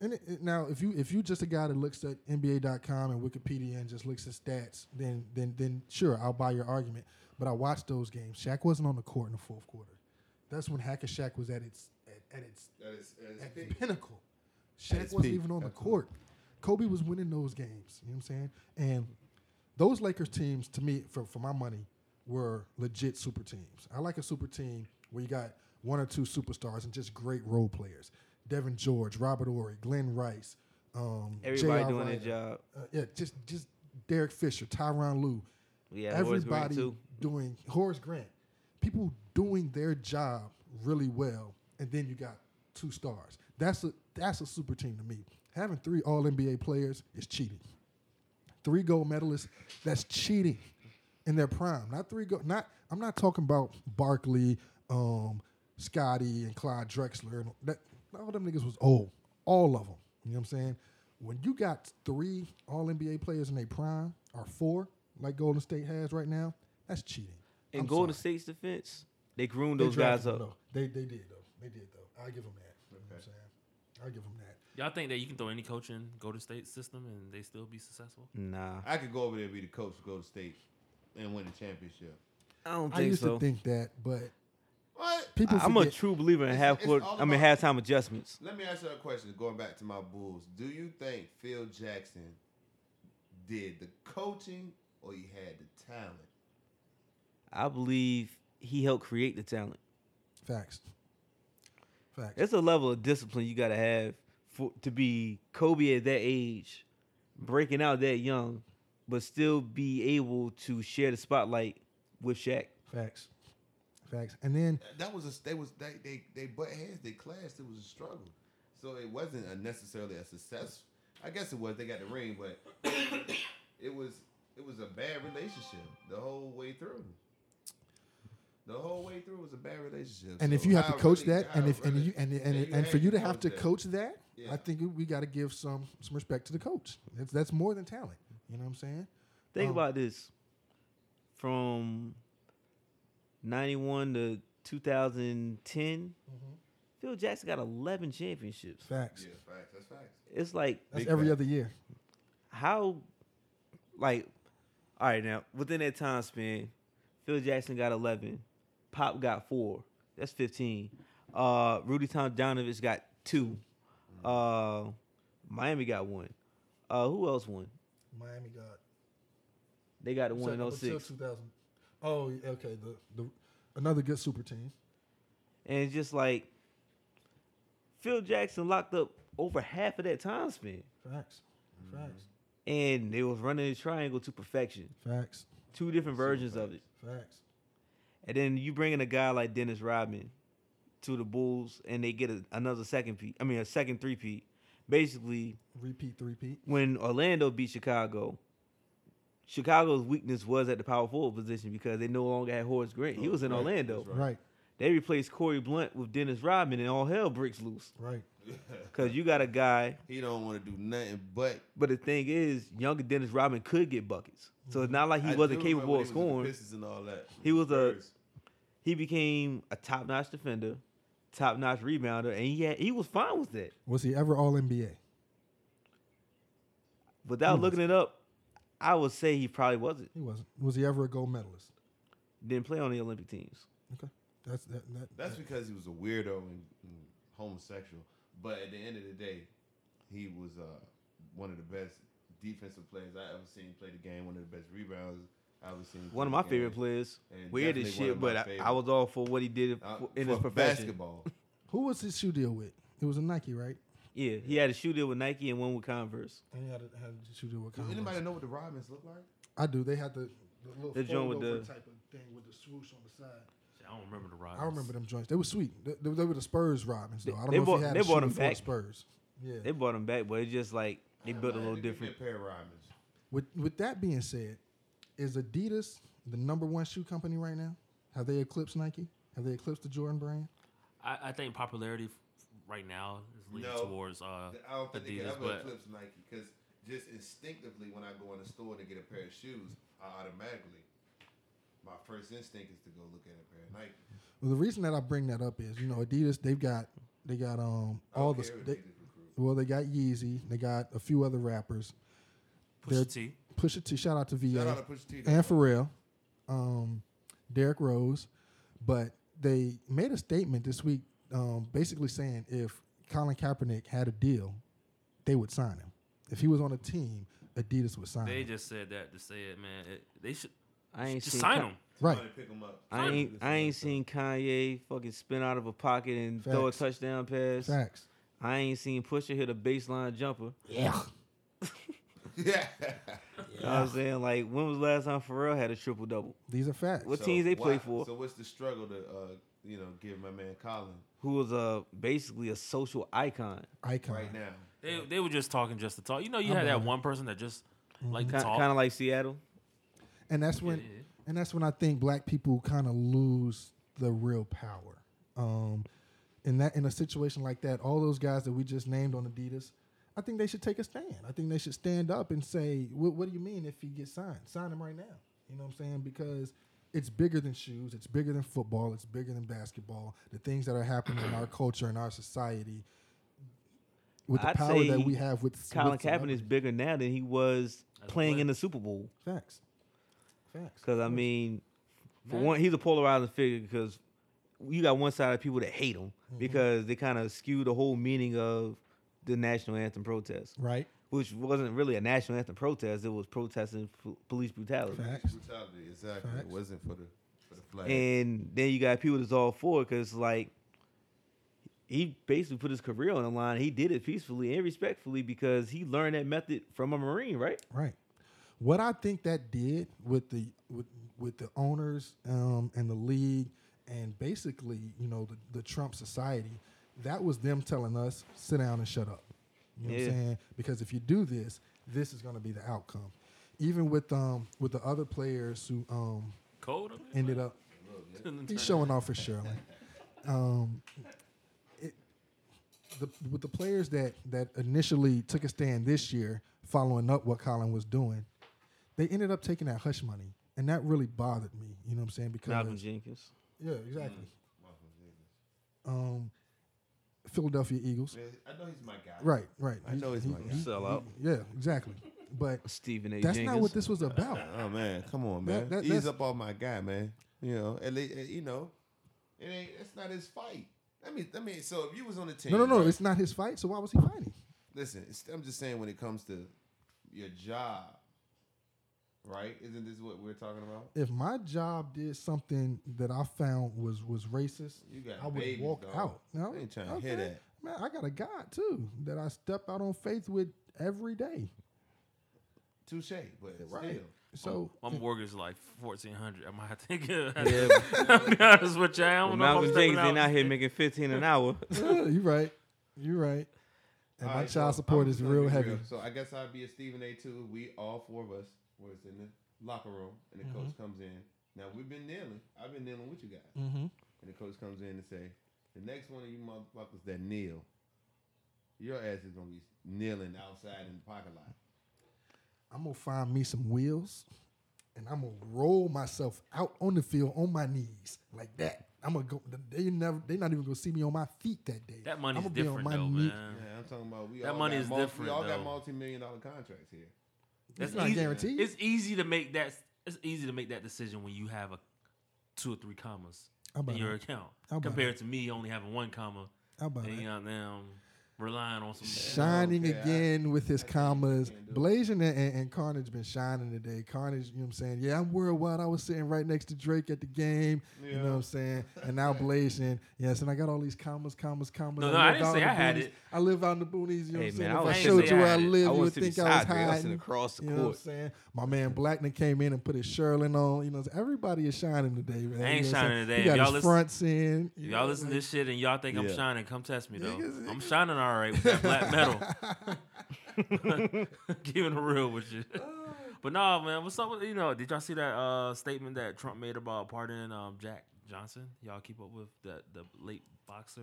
B: And it, it- now, if you if you just a guy that looks at NBA.com and Wikipedia and just looks at stats, then then then sure, I'll buy your argument. But I watched those games. Shaq wasn't on the court in the fourth quarter. That's when Hack and Shaq was at its at, at its
C: That is, that
B: at the
C: is
B: pinnacle.
C: At
B: Shaq
C: his
B: wasn't
C: peak,
B: even on the
C: absolutely.
B: court. Kobe was winning those games. You know what I'm saying? And those Lakers teams, to me, for, for my money, were legit super teams. I like a super team where you got one or two superstars and just great role players. Devin George, Robert Ory, Glenn Rice, um,
A: Everybody
B: J.R.
A: doing their
B: Ryder.
A: job.
B: Uh, yeah, just just Derek Fisher, Tyron Lue,
A: Yeah, Horace Grant
B: everybody
A: too.
B: doing Horace Grant, people doing their job really well, and then you got two stars. That's a that's a super team to me. Having three All NBA players is cheating. Three gold medalists, that's cheating in their prime. Not three go. Not I'm not talking about Barkley, um, Scotty, and Clyde Drexler. And that all them niggas was old. All of them. You know what I'm saying? When you got three All NBA players in their prime, or four like Golden State has right now, that's cheating.
A: In
B: I'm
A: Golden
B: sorry.
A: State's defense, they groomed
B: They
A: those
B: drafted
A: guys
B: them,
A: up.
B: though. They they did though. They did though. I give them that. You know what I'm saying? I give them that.
D: Y'all think that you can throw any coach in go to state system and they still be successful?
A: Nah,
C: I could go over there and be the coach, go to state, and win a championship.
A: I don't
B: I
A: think
B: used
A: so.
B: to think that, but
C: What?
B: people.
A: I'm a
B: forget-
A: true believer in
C: It's-
A: half
C: it's
A: court.
C: all
A: I mean,
C: about-
A: halftime adjustments.
C: Let me ask you a question. Going back to my Bulls, do you think Phil Jackson did the coaching or he had the talent?
A: I believe he helped create the talent.
B: facts. Facts.
A: It's a level of discipline you gotta have for to be Kobe at that age, breaking out that young, but still be able to share the spotlight with Shaq.
B: facts. Facts. And then
C: That was a they was they they, they butt heads. They clashed. It was a struggle. So it wasn't a necessarily a success. I guess it was. They got the ring, but it was it was a bad relationship the whole way through. The whole way through was a bad relationship.
B: and
C: So
B: if you have to
C: how
B: coach
C: really-
B: that, and
C: how
B: if and
C: really-
B: you and and, and,
C: had
B: for you to have to
C: that.
B: coach that,
C: Yeah.
B: I think we- we got to give some some respect to the coach. That's that's more than talent. You know what I'm saying?
A: Think
B: Um,
A: about this. From 91 to 2010, Phil Jackson got 11 championships.
B: Facts.
C: Yeah, facts. That's facts.
A: It's like
B: That's
C: Big
B: every
C: facts.
B: other year.
A: how like all right now within that time span phil jackson got 11 pop got 4 that's 15 uh rudy tomjanovich got 2 uh miami got 1 uh who else won
B: Miami got
A: they got the
B: Except
A: one in
B: up until
A: 06
B: 2000. Oh, yeah, okay. The, the another good super team.
A: and it's just like phil jackson locked up over half of that time span
B: Facts.
C: Mm-hmm.
B: Facts.
A: and they was running the triangle to perfection
B: Facts.
A: two different versions of it
B: Facts.
A: And then you bring in a guy like Dennis Rodman to the Bulls, and they get a, another second peat. I mean, a second three peat. Basically,
B: Repeat, three peat.
A: when Orlando beat Chicago, Chicago's weakness was at the power forward position because they no longer had Horace Grant. He was in
C: Right,
A: Orlando.
C: that's
B: Oh, Right. right.
A: They replaced Corey Blunt with Dennis Rodman, and all hell breaks loose because you got a guy.
C: he don't want to do nothing but
A: But the thing is, younger Dennis Rodman could get buckets, so it's not like he
C: Mm-hmm. I
A: wasn't
C: do remember
A: capable
C: when
A: of
C: he was with the
A: scoring.
C: Pistons and all that.
A: He was a-
C: Spurs.
A: He became a top-notch defender, top-notch rebounder, and he had, he was fine with that.
B: Was he ever All NBA?
A: Without
C: Mm-hmm.
B: Who
A: looking it up, I would say he probably wasn't.
B: He wasn't. Was he ever a gold medalist?
A: Didn't play on the Olympic teams.
B: Okay. That's that. that
C: That's
B: that-
C: because he was a weirdo and, and homosexual. But at the end of the day, he was uh, one of the best defensive players I ever seen play the game. One of the best rebounds I ever seen.
A: One of
C: play
A: my
C: the
A: favorite
C: game.
A: players.
C: And
A: Weird as
C: definitely one
A: shit,
C: of my
A: but I, I
C: favorite.
A: was all for what he did
C: Uh,
A: for, in
C: for
A: his profession.
C: basketball.
B: who was his shoe deal with? It was a Nike, right?
A: Yeah, he had a shoe deal with Nike and one with Converse.
B: And he had a, had a shoe deal with.
C: Do
B: Converse.
C: anybody know what the Robins look like?
B: I do. They had the, the little
A: The joint with
B: fold-over
A: the-
B: type of thing with the swoosh on the side.
D: Shit, I don't remember the Rodgers.
B: I remember them joints. They were sweet. They, they- they were the Spurs Robins though. I don't
A: They
B: know
A: bought-
B: if he had
A: they
B: a
A: bought
B: shoe
A: them
B: before the
A: back.
B: Spurs. Yeah.
A: They brought him back, but it's just like they
C: Damn,
A: built a
C: I had
A: little
C: to give me
A: different.
C: A pair of Robins.
B: With with that being said, is Adidas the number one shoe company right now? Have they eclipsed Nike? Have they eclipsed the Jordan brand?
D: I, I think popularity f- right now is leaning
C: No.
D: towards uh,
C: I don't think they can
D: Adidas,
C: ever
D: but
C: eclipse Nike because just instinctively, when I go in the store to get a pair of shoes, I automatically my first instinct is to go look at a pair of Nike.
B: Well, the reason that I bring that up is you know Adidas they've got they got um
C: I don't
B: all the
C: care if
B: they,
C: Adidas recruit.
B: well they got Yeezy they got a few other rappers They're-
D: Pusha T.
B: Pusha T shout out to VA
C: Shout out to Pusha T. though.
B: and Pharrell, um, Derrick Rose, but they made a statement this week, um, basically saying if Colin Kaepernick had a deal, they would sign him. If he was on a team, Adidas would sign
D: They
B: him.
D: just said that to say it, man. It, they should
A: I ain't
D: just
A: seen
D: sign
A: Con-
D: him.
B: Right,
C: Somebody pick 'em up.
A: I ain't I ain't seen Kanye fucking spin out of a pocket and throw a
B: Facts.
A: touchdown pass.
B: facts.
A: I ain't seen Pusher hit a baseline jumper.
B: Yeah,
C: Yeah.
A: You know what I'm saying? Like when was the last time Pharrell had a triple double?
B: these are facts.
A: What teams they play
C: why-
A: for?
C: So what's the struggle to uh, you know give my man Colin
A: Who was uh basically a social icon.
B: Icon.
C: right now?
D: They, they were just talking just to talk. You know, you
B: I'm
D: had that
B: behind it.
D: one person that just like to
A: Kind
D: talk.
A: of like Seattle.
B: and that's when
D: yeah.
B: and that's when I think black people kind of lose the real power. Um, in that in a situation like that, all those guys that we just named on Adidas, I think they should take a stand. I think they should stand up and say, "What, what do you mean if he gets signed? Sign him right now." You know what I'm saying? Because it's bigger than shoes. It's bigger than football. It's bigger than basketball. The things that are happening in our culture and our society with the
A: I'd
B: power that
A: say
B: we have with
A: Colin
B: with
A: Kaepernick is bigger now than he was
D: As a
A: playing in
D: player.
A: the Super Bowl.
B: Facts. Facts.
A: Because I mean, for
D: Man.
A: one, he's a polarizing figure because you got one side of people that hate him because they kind of skew the whole meaning of the national anthem protest,
B: Right.
A: which wasn't really a national anthem protest. It was protesting po- police brutality.
B: Facts.
C: Brutality, exactly.
B: Facts.
C: It wasn't for the for the flag.
A: And then you got people that's all for it because like he basically put his career on the line. He did it peacefully and respectfully because he learned that method from a Marine, right?
B: Right. What I think that did with the with with the owners um, and the league and basically, you know, the, the Trump society, that was them telling us, sit down and shut up. You know
A: Yeah.
B: what I'm saying? Because if you do this, this is gonna be the outcome. Even with um with the other players who um
D: Cold up there?
B: ended up He's showing off for Shirley. Um, it, the, with the players that that initially took a stand this year, following up what Colin was doing, they ended up taking that hush money, and that really bothered me. You know what I'm saying? Because
A: Malcolm Jenkins.
B: yeah, exactly.
C: Mm.
B: Um, Philadelphia Eagles.
C: Man, I know he's my guy.
B: Right, right.
C: I know he's my guy.
A: Sell out.
B: Yeah, exactly. But
A: Stephen A.
B: that's
A: Jenkins.
B: not what this was about.
C: Oh man, come on, man.
B: That- that-
C: Ease
B: that's-
C: up on my guy, man. You know, at least you know, it ain't. It's not his fight. I mean, I mean. So if you was on the team,
B: No, no, no.
C: right?
B: It's not his fight. So why was he fighting?
C: listen. It's, I'm just saying when it comes to your job, right? Isn't this what we're talking about?
B: if my job did something that I found was was racist,
C: You got
B: I would
C: babies,
B: walk
C: dog.
B: out. No,
C: I ain't trying to hear that.
B: Man, I got a God too that I step out on faith with every day.
C: Touche, but
B: Right.
C: still.
B: So
D: My mortgage is like fourteen hundred. I might have to take it.
A: Yeah,
D: I'll be honest with you. I
A: Well, Malcolm
D: don't know. if I'm
A: Jenkins
D: stepping
A: ain't out
D: out.
A: here making fifteen an hour.
B: yeah, you're right. You're right. And
C: All
B: my
C: right,
B: child
C: so
B: support
C: I'm
B: is
C: just gonna
B: real
C: be
B: heavy.
C: So I guess I'd be a Stephen A. too. We all four of us was in the locker room, and the
D: Mm-hmm.
C: coach comes in. Now we've been kneeling. I've been kneeling with you guys,
B: Mm-hmm.
C: and the coach comes in and say, "The next one of you motherfuckers that kneel, your ass is gonna be kneeling outside in the parking lot."
B: I'm gonna find me some wheels, and I'm gonna roll myself out on the field on my knees like that. I'm gonna go. They never. They not even gonna see me on my feet that day.
D: That
B: I'm
D: money's
B: gonna
D: different though,
B: knee-
D: man.
C: Yeah, I'm talking about we
D: That
C: all
D: money
C: got
D: is
C: multi,
D: different,
C: We all got
D: though.
C: multi-million dollar contracts here.
B: It's
D: That's
B: not
D: easy.
B: guaranteed.
D: It's easy to make that. It's easy to make that decision when you have a two or three commas
B: How about
D: in your
B: it?
D: account
B: How about
D: compared to me only having one comma
B: How about
D: and
B: it?
D: you know, now I'm relying on some.
B: shining
C: Okay, I-
B: again with his
C: I think you
B: commas.
C: can do it.
B: Blazing and, and, and Carnage been shining today. Carnage, you know what I'm saying? Yeah, I'm worldwide. I was sitting right next to Drake at the game. You know
C: Yeah.
B: what I'm saying? And now Blazing. Yes, and I got all these commas, commas, commas.
D: No, no, I
B: live
D: didn't
B: out
D: say
B: in the
D: I had
B: boonies.
D: it.
B: I live out in the boonies. You know
A: Hey,
B: what I'm
A: man,
B: saying?
A: I
B: If I,
A: was
B: showed
D: sitting
B: you
D: there-
B: where I
D: I
B: live, you
A: was
B: would
A: sitting
B: think I was
A: beside Drake. I was sitting
B: hiding.
A: across the
B: you know what I'm
A: court.
B: saying? My man Blackman came in and put his Sherlin on. You know, everybody is shining today, man.
D: I ain't
B: You know what I'm
D: shining
B: saying?
D: today.
B: He got
D: Y'all
B: his
D: listen-
B: fronts in. you
D: If
B: know,
D: y'all listen
B: like-
D: to this shit and y'all think I'm
C: Yeah.
D: shining, come test me though.
B: Niggas-
D: I'm shining all right with that black metal. Keeping it real with you. But no, man, what's up with you know, did y'all see that uh statement that Trump made about pardoning um Jack Johnson? Y'all keep up with that the late boxer?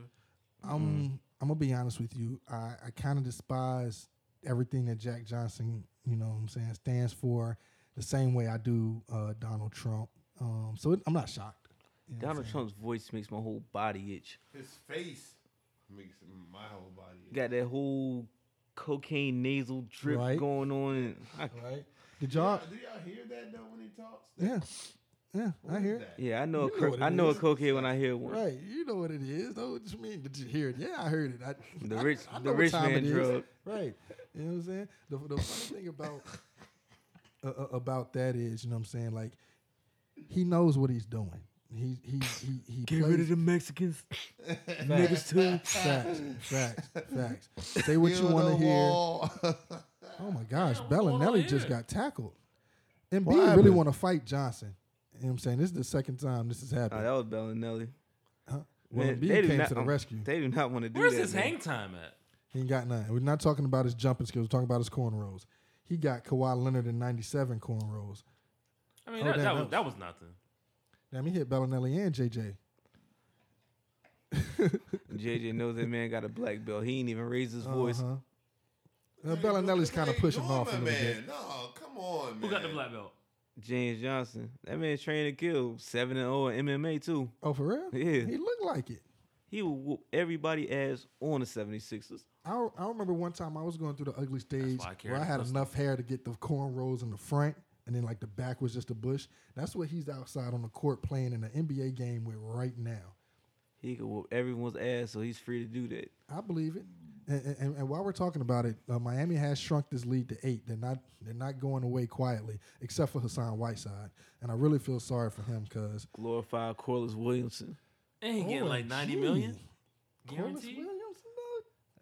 B: I'm I'm gonna be honest with you. I, I kind of despise everything that Jack Johnson, you know, what I'm saying stands for, the same way I do uh, Donald Trump. Um, so it, I'm not shocked. You know what I'm
A: Donald
B: saying?
A: Trump's voice makes my whole body itch.
C: His face makes my whole body.
A: You got that whole cocaine nasal drip
B: Right.
A: going on. And I,
B: Right? Did
C: Do y'all,
B: y'all?
C: do y'all hear that though when he talks?
B: Yeah, yeah.
C: What
B: I
C: is
B: hear. It.
C: that?
A: yeah, I know. A
B: You know
A: cur-
B: what it
A: I know
B: is.
A: a cocaine when I hear one.
B: Right, you know what it is. Though, what you mean? Did you hear it? Yeah, I heard it. I,
A: The
B: I-
A: rich-
B: I
A: the
B: know what
A: rich
B: time
A: man
B: it is.
A: drug.
B: Right. You know what I'm saying? The, the funny thing about uh, uh, about that is, you know what I'm saying? Like, he knows what he's doing. He he he he.
A: Get rid of
B: plays-
A: the Mexicans,
B: Facts.
A: niggas too.
B: Facts, facts, facts. Say what you
C: Build
B: want
C: a
B: to hear.
C: wall.
B: Oh my gosh,
D: Yeah, what's going on
B: Bellinelli just
D: here?
B: got tackled. And B
C: What
B: really
C: happened?
B: want to fight Johnson. You know what I'm saying? This is the second time this has
A: Nah,
B: happened.
A: that was Bellinelli.
B: huh? Well,
A: Man,
B: Embiid
A: they do
B: came
A: not-
B: to the
A: um,
B: rescue.
A: They do not want to do
D: Where's
A: that.
D: his
A: man.
D: hang time at?
B: He ain't got nothing. We're not talking about his jumping skills. We're talking about his cornrows. He got Kawhi Leonard in 97 cornrows.
D: I mean
B: Oh,
D: that,
B: damn,
D: that
B: that
D: was that was nothing.
B: Damn, he hit Bellinelli and JJ.
A: JJ knows that man got a black belt. He ain't even raised his voice.
B: Uh-huh. Uh,
C: Hey,
B: Bellinelli's
C: look at
B: kind of
C: what they
B: pushing
C: doing,
B: off a
C: my
B: little
C: man.
B: bit.
C: No, come on, man.
D: Who got the black belt?
A: James Johnson, that man trained to kill, seven and zero in MMA too.
B: Oh, for real?
A: Yeah.
B: He looked like it.
A: He will whoop everybody ass on the 76ers.
B: I, don't- I don't remember one time I was going through the ugly stage
D: why I carry
B: where I
D: the
B: had
D: custom.
B: enough hair to get the cornrows in the front, and then like the back was just a bush. That's what he's outside on the court playing in an NBA game with right now.
A: He can whoop everyone's ass, so he's free to do that.
B: I believe it. And, and, and while we're talking about it, uh, Miami has shrunk this lead to eight. They're not they're not going away quietly, except for Hassan Whiteside. And I really feel sorry for him because
A: Glorify Corliss Williamson.
D: And he getting
B: Oh,
D: like ninety million guaranteed.
B: Williams,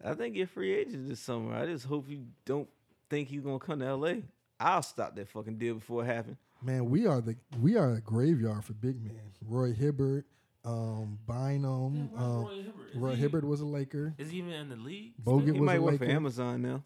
A: I think you're free agent this summer. I just hope you don't think he's gonna come to LA. I'll stop that fucking deal before it happens.
B: man, we are the we are a graveyard for big men. Roy Hibbert, um,
D: Yeah,
B: Bynum,
D: where's
B: um,
D: Roy Hibbert? Is
B: Roy
D: he-
B: Hibbert was a Laker.
D: Is he even in the league?
B: Bogut
D: still?
A: He
B: was
A: might
B: a
A: work for
B: Laker.
A: Amazon now.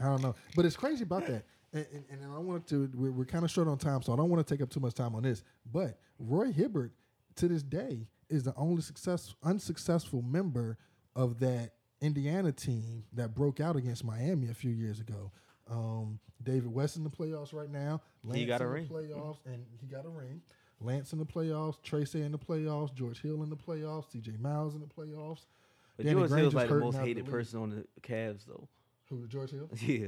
B: I don't know, but it's crazy about that. And, and, and I wanted to. We're, we're kind of short on time, so I don't want to take up too much time on this. But Roy Hibbert, to this day, is the only success unsuccessful member of that Indiana team that broke out against Miami a few years ago. Um, David West in the playoffs right now. Lance
A: He got a
B: in the
A: ring.
B: Playoffs, and he got a ring. Lance in the playoffs, Tracy in the playoffs, George Hill in the playoffs, C.J. Miles in the playoffs.
A: But
B: Danny
A: George
B: Granger's
A: Hill's like the
B: hurting
A: most
B: out the
A: hated
B: league.
A: person on the Cavs though.
B: Who George Hill?
A: Yeah.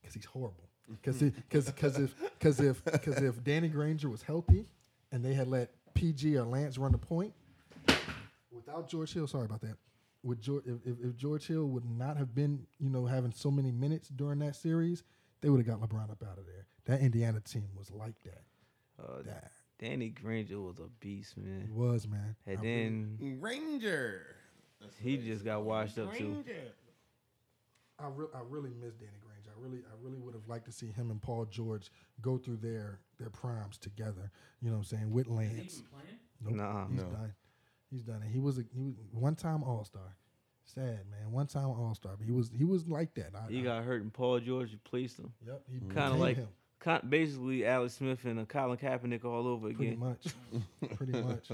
B: because he's horrible. Because because if because if because if Danny Granger was healthy, and they had let PG or Lance run the point without George Hill, sorry about that. With George, if, if, if George Hill would not have been you know having so many minutes during that series, they would have got LeBron up out of there. That Indiana team was like that.
A: Uh,
B: That
A: Danny Granger was a beast,
B: it
A: man.
B: was man.
A: And
B: I really-
A: then
C: Ranger. That's
A: he
C: what I
A: just
C: said.
A: got washed up too.
C: Ranger.
B: I, re- I really miss Danny Granger. I really I really would have liked to see him and Paul George go through their their primes together. You know what I'm saying with
D: Is he
B: Lance.
D: even playing?
B: Nope.
A: Nah.
B: he's
C: No.
B: done. He's done. And he was a he was one time All Star. Sad man, one time All Star. But he was he was like that. I,
A: He
B: I-
A: got hurt and Paul George replaced him.
B: yep. He
A: kinda
B: became
A: like
B: him,
A: Con- basically Alex Smith and a Colin Kaepernick all over
B: pretty
A: again.
B: much, pretty much.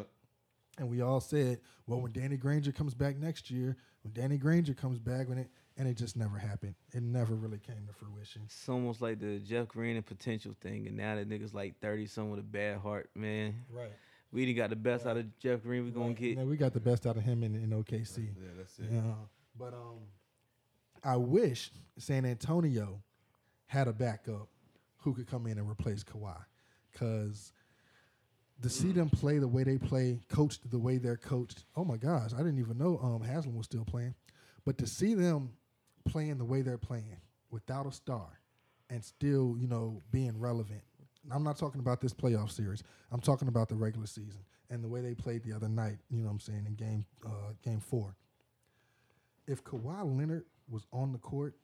B: And we all said, well, when Danny Granger comes back next year, when Danny Granger comes back, when it and it just never happened. It never really came to fruition.
A: It's almost like the Jeff Green and potential thing, and now that nigga's like thirty, something with a bad heart, man.
B: Right.
A: We didn't got the best out of Jeff Green. We gonna get.
B: Now, we got the best out of him in, in OKC.
C: Yeah, that's it.
B: Yeah. But um, I wish San Antonio had a backup who could come in and replace Kawhi, because to see them play the way they play, coached the way they're coached. Oh my gosh, I didn't even know um Haslam was still playing, but to see them playing the way they're playing without a star, and still you know being relevant. And I'm not talking about this playoff series. I'm talking about the regular season and the way they played the other night. You know what I'm saying in game uh, game four if Kawhi Leonard was on the court,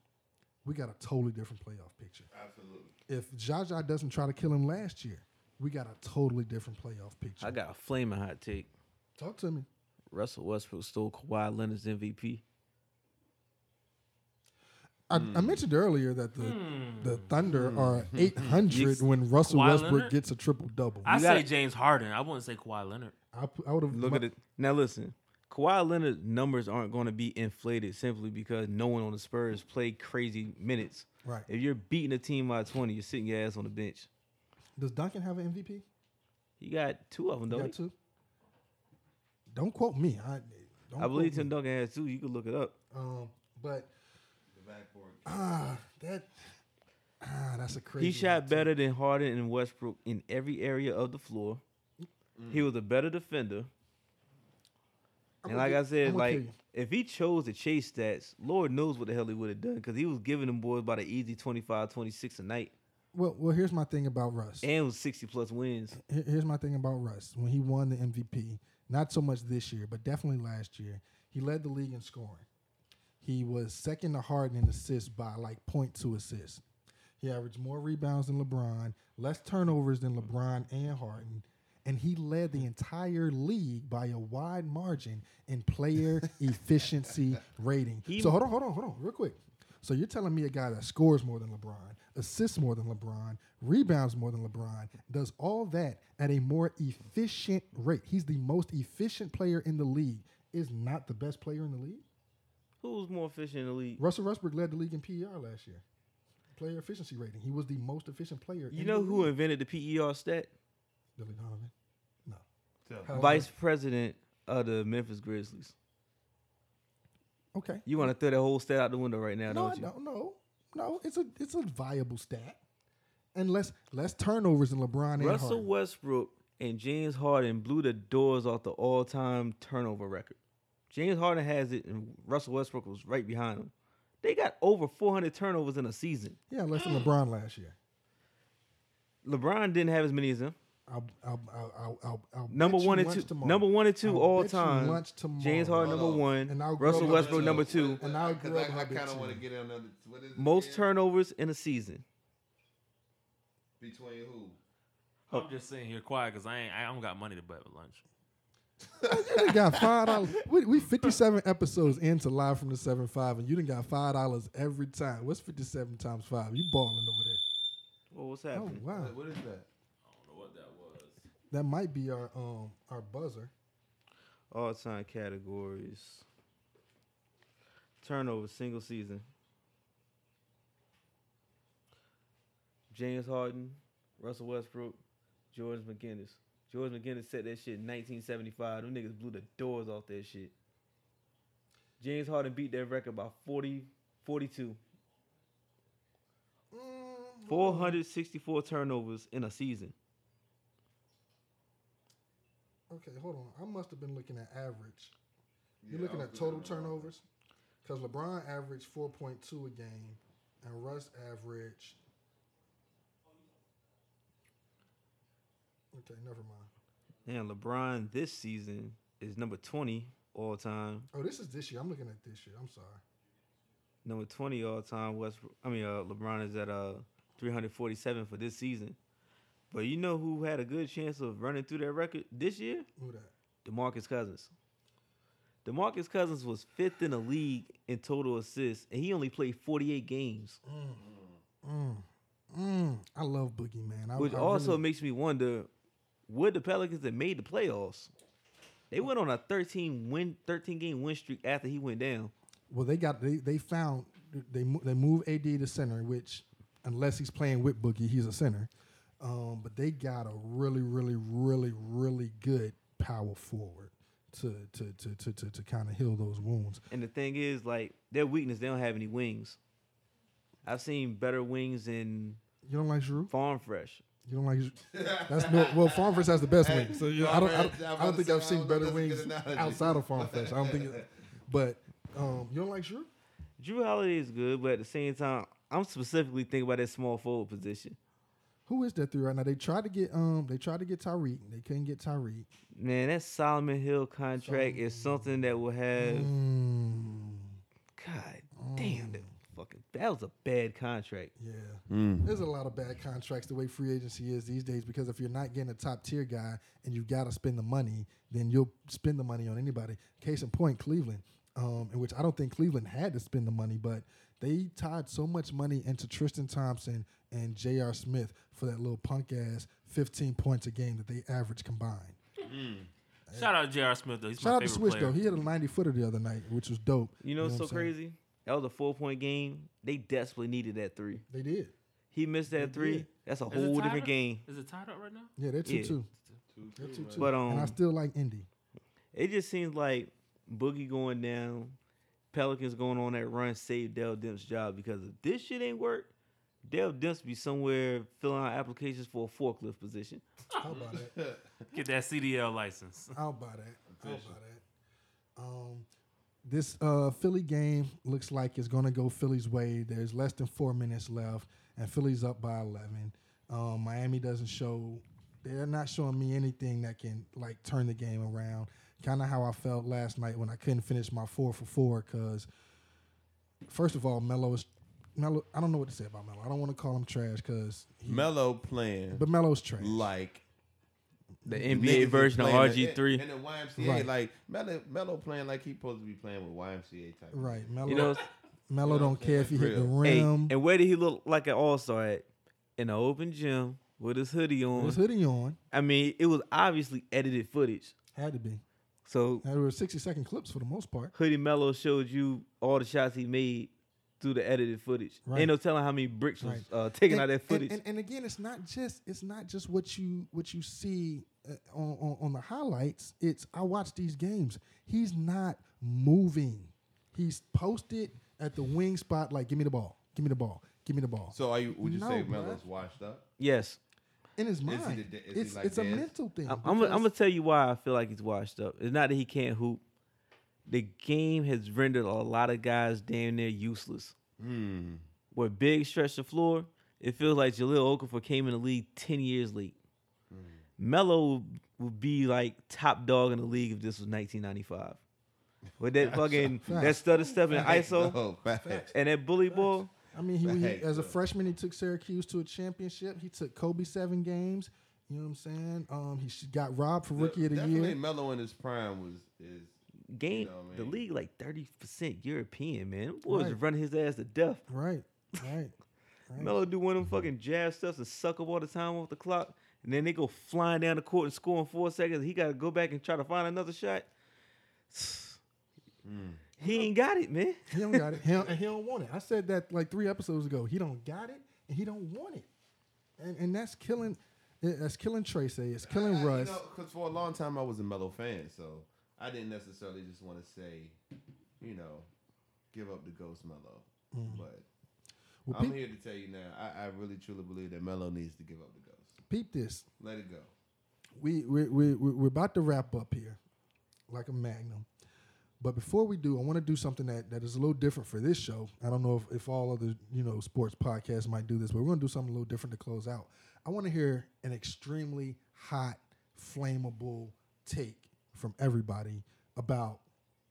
B: we got a totally different playoff picture.
C: Absolutely.
B: If Jaja doesn't try to kill him last year, we got a totally different playoff picture.
A: I got a flaming hot take.
B: Talk to me.
A: Russell Westbrook stole Kawhi Leonard's MVP.
B: I,
A: Hmm.
B: I mentioned earlier that the the Thunder are 800 when Russell
D: Kawhi
B: Westbrook
D: Leonard?
B: gets a triple double. I,
D: I
A: gotta-
D: say James Harden. I wouldn't say Kawhi Leonard.
B: pu- I would have
A: Look at it now. Listen, Kawhi Leonard's numbers aren't going to be inflated simply because no one on the Spurs played crazy minutes.
B: Right.
A: If you're beating a team by 20, you're sitting your ass on the bench.
B: Does Duncan have an MVP?
A: He got two of them,
B: You
A: though.
B: got two. Don't quote me. I don't
A: I believe
B: quote
A: Tim
B: me.
A: Duncan has two. You can look it up.
B: Um, but
C: The backboard.
B: ah, that ah, that's a crazy.
A: He shot
B: take.
A: better than Harden and Westbrook in every area of the floor. He was a better defender.
B: I'm
A: and
B: gonna
A: like
B: get-
A: I said,
B: I'm gonna kill
A: like
B: you.
A: if he chose to chase stats, Lord knows what the hell he would have done because he was giving them boys about an easy 25, 26 a night
B: Well, well, here's my thing about Russ.
A: and was 60 plus wins.
B: Here- Here's my thing about Russ. When he won the MVP, not so much this year, but definitely last year, he led the league in scoring. He was second to Harden in assists by like point two assists. He averaged more rebounds than LeBron, less turnovers than LeBron and Harden, and he led the entire league by a wide margin in player efficiency rating.
A: He-
B: so hold on, hold on, hold on, real quick. So you're telling me a guy that scores more than LeBron, assists more than LeBron, rebounds more than LeBron, does all that at a more efficient rate. He's the most efficient player in the league. Is not the best player in the league.
A: Who was more efficient in the league?
B: Russell Westbrook led the league in PER last year. Player efficiency rating. He was the most efficient player.
A: You
B: in
A: know
B: the
A: who
B: league.
A: invented the PER E stat?
B: Billy Donovan. No.
C: So,
B: How-
A: Vice President of the Memphis Grizzlies.
B: Okay.
A: You want to throw that whole stat out the window right now,
B: no,
A: don't
B: I
A: you?
B: don't know. No, it's a it's a viable stat. And less less turnovers in LeBron and
A: Russell
B: Harden.
A: Westbrook and James Harden blew the doors off the all-time turnover record. James Harden has it, and Russell Westbrook was right behind him. They got over 400 turnovers in a season.
B: Yeah, less than LeBron last year.
A: LeBron didn't have as many as him.
B: I'll, I'll, I'll, I'll, I'll, I'll
A: Number
B: bet you
A: one and
B: lunch
A: two,
B: tomorrow.
A: number one and 2
B: I'll
A: all
B: bet you
A: time.
B: lunch tomorrow.
A: James Harden
C: Hold
A: number
C: on.
A: one,
B: And I'll grow
A: Russell
B: up
A: Westbrook
B: to-
A: number two.
B: And I'll
C: Because
B: grow
C: I,
B: my
C: I
B: big
C: kind of want to
B: too.
C: get in on the what is it
A: Most
C: again?
A: turnovers in a season.
C: between who?
B: Oh.
D: I'm just sitting here quiet because I ain't. I don't got money to bet with lunch.
B: You done got five dollars. We, we fifty-seven episodes into live from the seven five, and you done got five dollars every time. What's fifty-seven times five? You balling over there?
A: Well, what's
B: Oh
A: happening?
B: wow,
C: What is that?
D: I don't know what that was.
B: that might be our um our buzzer.
A: All-time categories. Turnover single season. James Harden, Russell Westbrook, George McGinnis. George McGinnis set that shit in 1975. Them niggas blew the doors off that shit. James Harden beat that record by 40, 42. 464 turnovers in a season.
B: Okay, hold on. I must have been looking at average. You're
C: Yeah,
B: looking
C: I
B: at
C: was
B: total
C: looking at the wrong
B: turnovers because LeBron averaged four point two a game, and Russ averaged. Okay, never mind.
A: And LeBron this season is number 20 all time.
B: Oh, this is this year. I'm looking at this year. I'm sorry.
A: Number 20 all time West I mean uh, LeBron is at uh 347 for this season. But you know who had a good chance of running through that record this year?
B: Who that?
A: DeMarcus Cousins. DeMarcus Cousins was 5th in the league in total assists and he only played 48 games,
B: Mm. Mm. I love Boogie Man. I,
A: which
B: I
A: also
B: really-
A: makes me wonder would the Pelicans have made the playoffs? They went on a 13 win 13 game win streak after he went down.
B: well, they got they they found they mo- they move AD to center, which unless he's playing with Boogie, he's a center. Um, but they got a really, really, really, really good power forward to to to to to, to kind of heal those wounds.
A: And the thing is, like their weakness, they don't have any wings. I've seen better wings in
B: You don't like Giroux?
A: Farm Fresh.
B: You don't like? Giroux? That's no. Well, Farmfresh has the best
C: Hey,
B: wings. So you know, I don't. I don't,
C: Farmfetch, I'm
B: I
C: about
B: don't
C: to
B: think
C: say,
B: I've
C: I
B: seen
C: don't know
B: better
C: if that's
B: wings
C: a good analogy.
B: outside of Farmfresh. I don't think. it- But um, you don't like Giroux?
A: Drew Holiday is good, but at the same time, I'm specifically thinking about that small forward position.
B: Who is that through right now? They tried to get um they tried to get Tyreek. They couldn't get Tyreek.
A: Man, that Solomon Hill contract is something that will have.
B: Mm,
A: God damn, that fucking that was a bad contract.
B: yeah.
C: Mm.
B: There's a lot of bad contracts the way free agency is these days because if you're not getting a top tier guy and you've got to spend the money, then you'll spend the money on anybody. Case in point, Cleveland, um, in which I don't think Cleveland had to spend the money, but they tied so much money into Tristan Thompson and J.R. Smith for that little punk ass 15 points a game that they average combined.
D: Shout out J.R. Smith though. He's
B: Shout out
D: my
B: to
D: favorite
B: Swish
D: player.
B: though. He had a 90 footer the other night, which was dope.
A: You know,
B: what
A: it's so
B: I'm saying?
A: crazy. That was a four point game. They desperately needed that three.
B: They did.
A: He missed that three. That's a
D: Is it
A: whole
D: tied
A: different
D: up?
A: game.
D: Is it tied up right now?
B: Yeah, they're two
A: Yeah.
B: two.
C: Two,
B: They're two two.
A: But
B: and I
A: um,
B: still like Indy.
A: It just seems like Boogie going down, Pelicans going on that run saved Dell Demps' job because if this shit ain't work, Dell Demps be somewhere filling out applications for a forklift position.
B: How about that?
D: Get that CDL license.
B: How about that? How about that? Um, this uh, Philly game looks like it's going to go Philly's way. There's less than four minutes left, and Philly's up by 11. Um, Miami doesn't show. They're not showing me anything that can like turn the game around. Kind of how I felt last night when I couldn't finish my four for four because first of all, Melo is Melo. I don't know what to say about Melo. I don't want to call him trash because,
C: Mellow playing
B: but Melo's trash.
C: like
A: The
C: niggas
A: NBA version of
C: playing
A: RG
C: the-
A: three.
C: and the YMCA
B: Right.
C: like Mellow, Mellow playing like he supposed to be playing with YMCA type.
B: Right, Melo.
A: You know,
B: Melo
C: you know
B: don't
C: what I'm saying?
B: care if he hit the
C: Real.
A: hey,
B: rim.
A: and where did he look like an all star at? In an open gym with his hoodie on.
B: His hoodie on
A: I mean, it was obviously edited footage.
B: had to be.
A: So
B: Now, There were sixty second clips for the most part.
A: Hoodie Mello showed you all the shots he made through the edited footage.
B: Right.
A: Ain't no telling how many bricks was
B: Right.
A: uh, taken
B: and,
A: out of that
B: and-
A: footage.
B: And, and again, it's not just it's not just what you what you see uh, on, on on the highlights. It's I watch these games. He's not moving. He's posted at the wing spot like, give me the ball, give me the ball, give me the ball.
C: So are you? Would you
B: No,
C: say
B: bruh.
C: Melo's washed up?
A: yes,
B: in his
C: he
B: mind,
C: the- is he
B: it's
C: like
B: it's a
C: this?
B: mental thing.
A: I'm, I'm, gonna- I'm
B: because-
A: gonna tell you why I feel like he's washed up. It's not that he can't hoop. The game has rendered a lot of guys damn near useless.
C: Hmm.
A: Where big stretch the floor, it feels like Jaleel Okafor came in the league ten years late.
C: Mm.
A: Melo would- would be like top dog in the league if this was 1995. With that fucking that
B: Facts.
A: stutter step and ISO
C: No, Oh, facts.
A: and that bully ball.
B: I mean, he, he-
C: Hey,
B: as a
C: look.
B: freshman, he took Syracuse to a championship. He took Kobe seven games. You know what I'm saying? Um, he sh- got robbed for rookie of the
C: Definitely
B: year.
C: Melo in his prime was is
A: Game
C: know what I
A: the
C: mean?
A: league like 30% European, man. Them boys
B: Right.
A: running his ass to death.
B: Right, right. right.
A: Melo do one of them fucking jab stuffs and suck up all the time off the clock, and then they go flying down the court and score in four seconds. He got to go back and try to find another shot. Hmm. He ain't got it, man.
B: He don't got it. He don't, and he don't want it. I said that like three episodes ago. He don't got it, and he don't want it, and and that's killing. it- That's killing Tracy. It's
C: Ah,
B: killing Russ.
C: Because for a long time I was a Mellow fan, so I didn't necessarily just want to say, you know, give up the ghost Mellow. But
B: Hmm. well,
C: I'm
B: peep,
C: here to tell you now, I, I really truly believe that Mellow needs to give up the ghost.
B: peep this.
C: Let it go.
B: We we we we- we're about to wrap up here, like a magnum. But before we do, I want to do something that, that is a little different for this show. I don't know if, if all other you know sports podcasts might do this, but we're going to do something a little different to close out. I want to hear an extremely hot, flammable take from everybody about.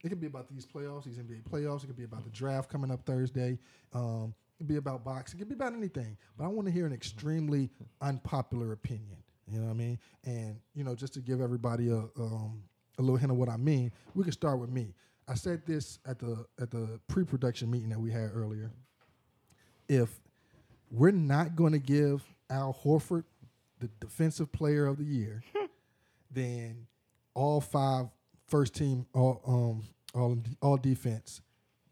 B: It could be about these playoffs, these NBA playoffs. It could be about the draft coming up Thursday. Um, it could be about boxing. It could be about anything. But I want to hear an extremely unpopular opinion. You know what I mean? And you know, just to give everybody a um, a little hint of what I mean, we can start with me. I said this at the at the pre-production meeting that we had earlier. If we're not going to give Al Horford the defensive player of the year, then all five first team all um all all defense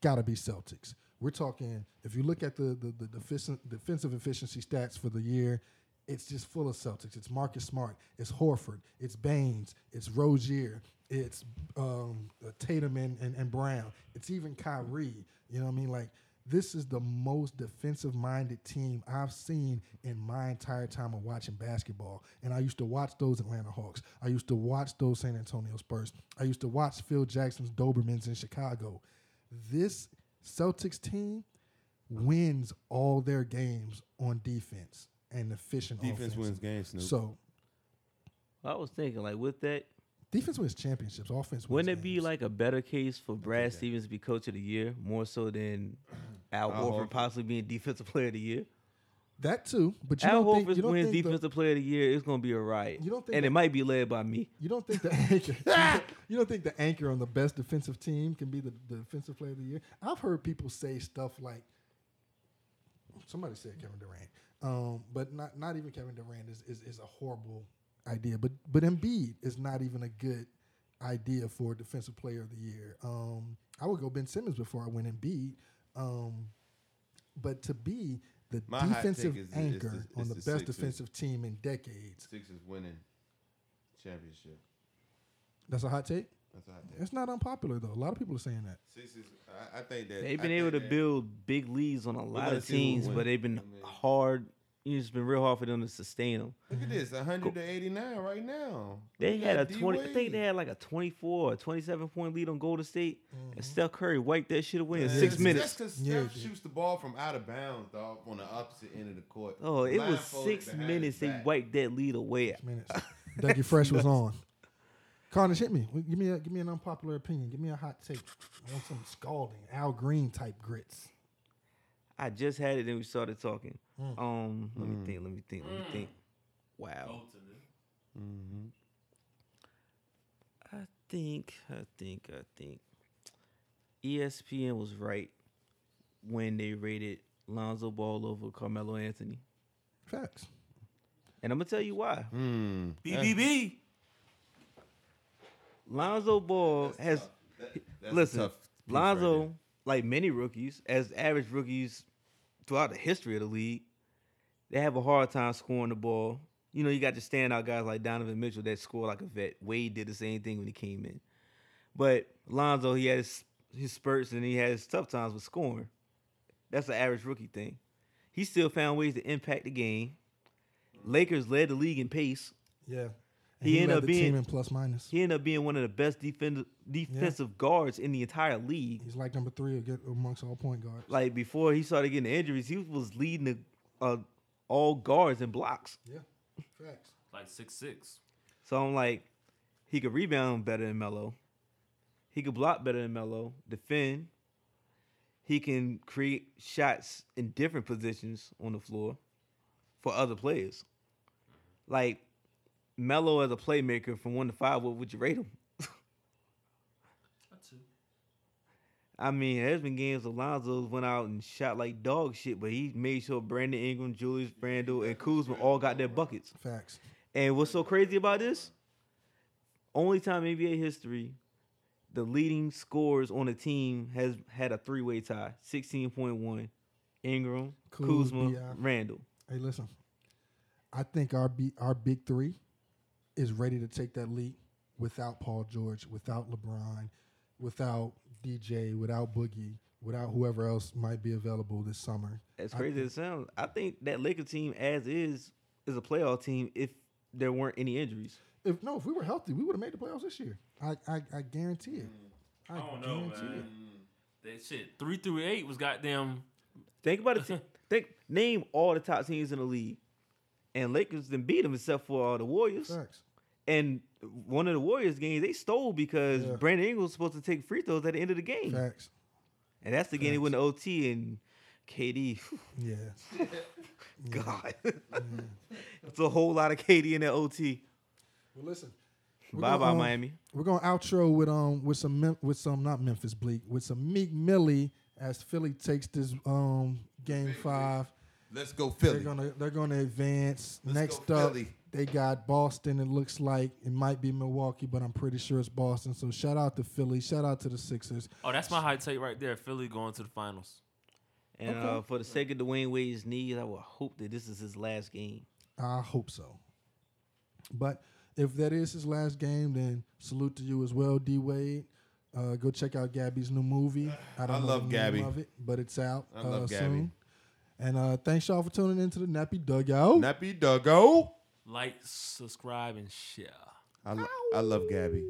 B: gotta be Celtics. We're talking if you look at the the, the defensive defensive efficiency stats for the year, it's just full of Celtics. It's Marcus Smart, it's Horford, it's Baines, it's Rozier, it's um, uh, Tatum and, and, and Brown, it's even Kyrie. You know what I mean? Like this is the most defensive minded team I've seen in my entire time of watching basketball. And I used to watch those Atlanta Hawks. I used to watch those San Antonio Spurs. I used to watch Phil Jackson's Dobermans in Chicago. This Celtics team wins all their games on defense and efficient offense.
C: games,
B: So
A: I was thinking, like, with that,
B: defense wins championships. Offense wins.
A: wouldn't it be
B: games.
A: like a better case for Brad Stevens to be coach of the year more so than Al
C: Al
A: Horford
C: Horford.
A: possibly being defensive player of the year?
B: that too? But you
A: Al
B: don't think,
A: Horford
B: you don't
A: wins
B: think the-
A: defensive player of the year, it's gonna be a riot,
B: You don't think
A: and
B: that-
A: it might be led by me.
B: You don't think the anchor, you, don't, you don't think the anchor on the best defensive team can be the, the defensive player of the year? I've heard people say stuff like, somebody said Kevin Durant, um, but not not even Kevin Durant is, is is a horrible idea. But but Embiid is not even a good idea for defensive player of the year. Um, I would go Ben Simmons before I went Embiid. Um, but to be the
C: My hot take
B: defensive
C: is the- is the-
B: anchor
C: is
B: on the
C: the
B: best
C: Sixers.
B: defensive team in decades,
C: Six is winning championship.
B: that's a hot take.
C: That's what I think.
B: It's not unpopular though. A lot of people are saying that.
C: Six is. I, I think that
A: They've
C: I
A: been
C: think
A: able to
C: that-
A: build big leads on a lot
C: gonna
A: of
C: see who
A: teams,
C: win.
A: but they've been
C: I mean-
A: hard. It's been real hard for them to sustain them.
C: Look at this, 189 right now.
A: They
C: You
A: had a
C: got D
A: twenty. I think
C: Wade.
A: they had like a twenty-four or twenty-seven point lead on Golden State, and Steph Curry wiped that shit away in
C: Mm-hmm. Yeah,
A: six
C: that's-
A: minutes.
C: That's because
B: Yeah,
C: Steph
B: dude.
C: shoots the ball from out of bounds, dog, on the opposite end of the court.
A: Oh, it was
C: Blindfolded
A: six
C: behind
A: minutes.
C: his
A: They
C: back.
A: wiped that lead away.
B: minutes. Dougie Fresh was on. Carnage hit me. Give me a, give me an unpopular opinion. Give me a hot take. I want some scalding Al Green type grits.
A: I just had it, and we started talking. Um, let me think. Let me think. Let me think. Wow. I think. I think. I think. E ESPN was right when they rated Lonzo Ball over Carmelo Anthony.
B: Facts.
A: And I'm gonna tell you why.
C: Mm.
D: BBB.
A: Lonzo Ball has
C: That- that's a
A: listen.
C: tough piece right
A: Lonzo
C: there.
A: like many rookies, as average rookies throughout the history of the league, they have a hard time scoring the ball. You know, you got the standout guys like Donovan Mitchell that score like a vet. Wade did the same thing when he came in. But Lonzo, he had his, his spurts and he had his tough times with scoring. That's an average rookie thing. He still found ways to impact the game. Lakers led the league in pace.
B: Yeah. And
A: He ended
B: led
A: up
B: the
A: being-
B: team in plus minus.
A: He ended up being one of the best defend, defensive guards in the entire league.
B: He's like number three ag- amongst all point guards.
A: Like before he started getting injuries, he was leading the uh, all guards in blocks.
B: yeah. Facts.
D: Like six six.
A: So I'm like, he could rebound better than Melo. He could block better than Melo. Defend. He can create shots in different positions on the floor for other players. Like Melo as a playmaker from one to five, what would you rate him?
D: That's two.
A: I mean, there's been games Alonzo went out and shot like dog shit, but he made sure Brandon Ingram, Julius Randle, and Kuzma all got their buckets.
B: Facts.
A: And what's so crazy about this? Only time in NBA history the leading scorers on a team has had a three way tie 16.1 Ingram,
B: Kuz,
A: Kuzma,
B: B.I..
A: Randall.
B: Hey, listen. I think our B, our big three is ready to take that leap without Paul George, without LeBron, without DJ, without Boogie, without whoever else might be available this summer.
A: As
B: I-
A: crazy as it sounds, I think that Laker team, as is, is a playoff team if there weren't any injuries.
B: If no, if we were healthy, we would have made the playoffs this year. I I, I guarantee it. I,
D: I don't know,
B: it.
D: man. That shit three through eight was goddamn.
A: Think about it. t- think name all the top teams in the league, and Lakers then beat them except for uh, the Warriors.
B: Facts.
A: And one of the Warriors games they stole because
B: Yeah.
A: Brandon Ingram was supposed to take free throws at the end of the game.
B: Facts.
A: And that's the game they
B: Facts.
A: went to OT and KD. whew,
B: Yeah.
A: God,
B: Mm-hmm.
A: it's a whole lot of KD in that OT.
B: Well, listen. we're
A: Bye
B: gonna,
A: bye
B: um,
A: Miami.
B: We're gonna outro with um with some Mem- with some not Memphis Bleak with some Meek Millie as Philly takes this um game five.
C: Let's go
B: They're
C: Philly.
B: gonna they're gonna advance.
C: Let's
B: Next
C: go
B: up,
C: Philly.
B: they got Boston. It looks like it might be Milwaukee, but I'm pretty sure it's Boston. So shout out to Philly. Shout out to the Sixers.
D: Oh, that's my high take right there. Philly going to the finals.
A: And
B: okay.
A: uh, for the sake of Dwayne Wade's knees, I would hope that this is his last game.
B: I hope so. But if that is his last game, then salute to you as well, D Wade. Uh, go check out Gabby's new movie. I don't
C: I
B: know
C: love
B: the name
C: Gabby.
B: of it, but it's out
C: I
B: uh,
C: love Gabby.
B: soon. And uh, thanks y'all for tuning into the Nappy Dugout.
C: Nappy Duggo.
D: Like, subscribe, and share.
C: I, lo- I love Gabby.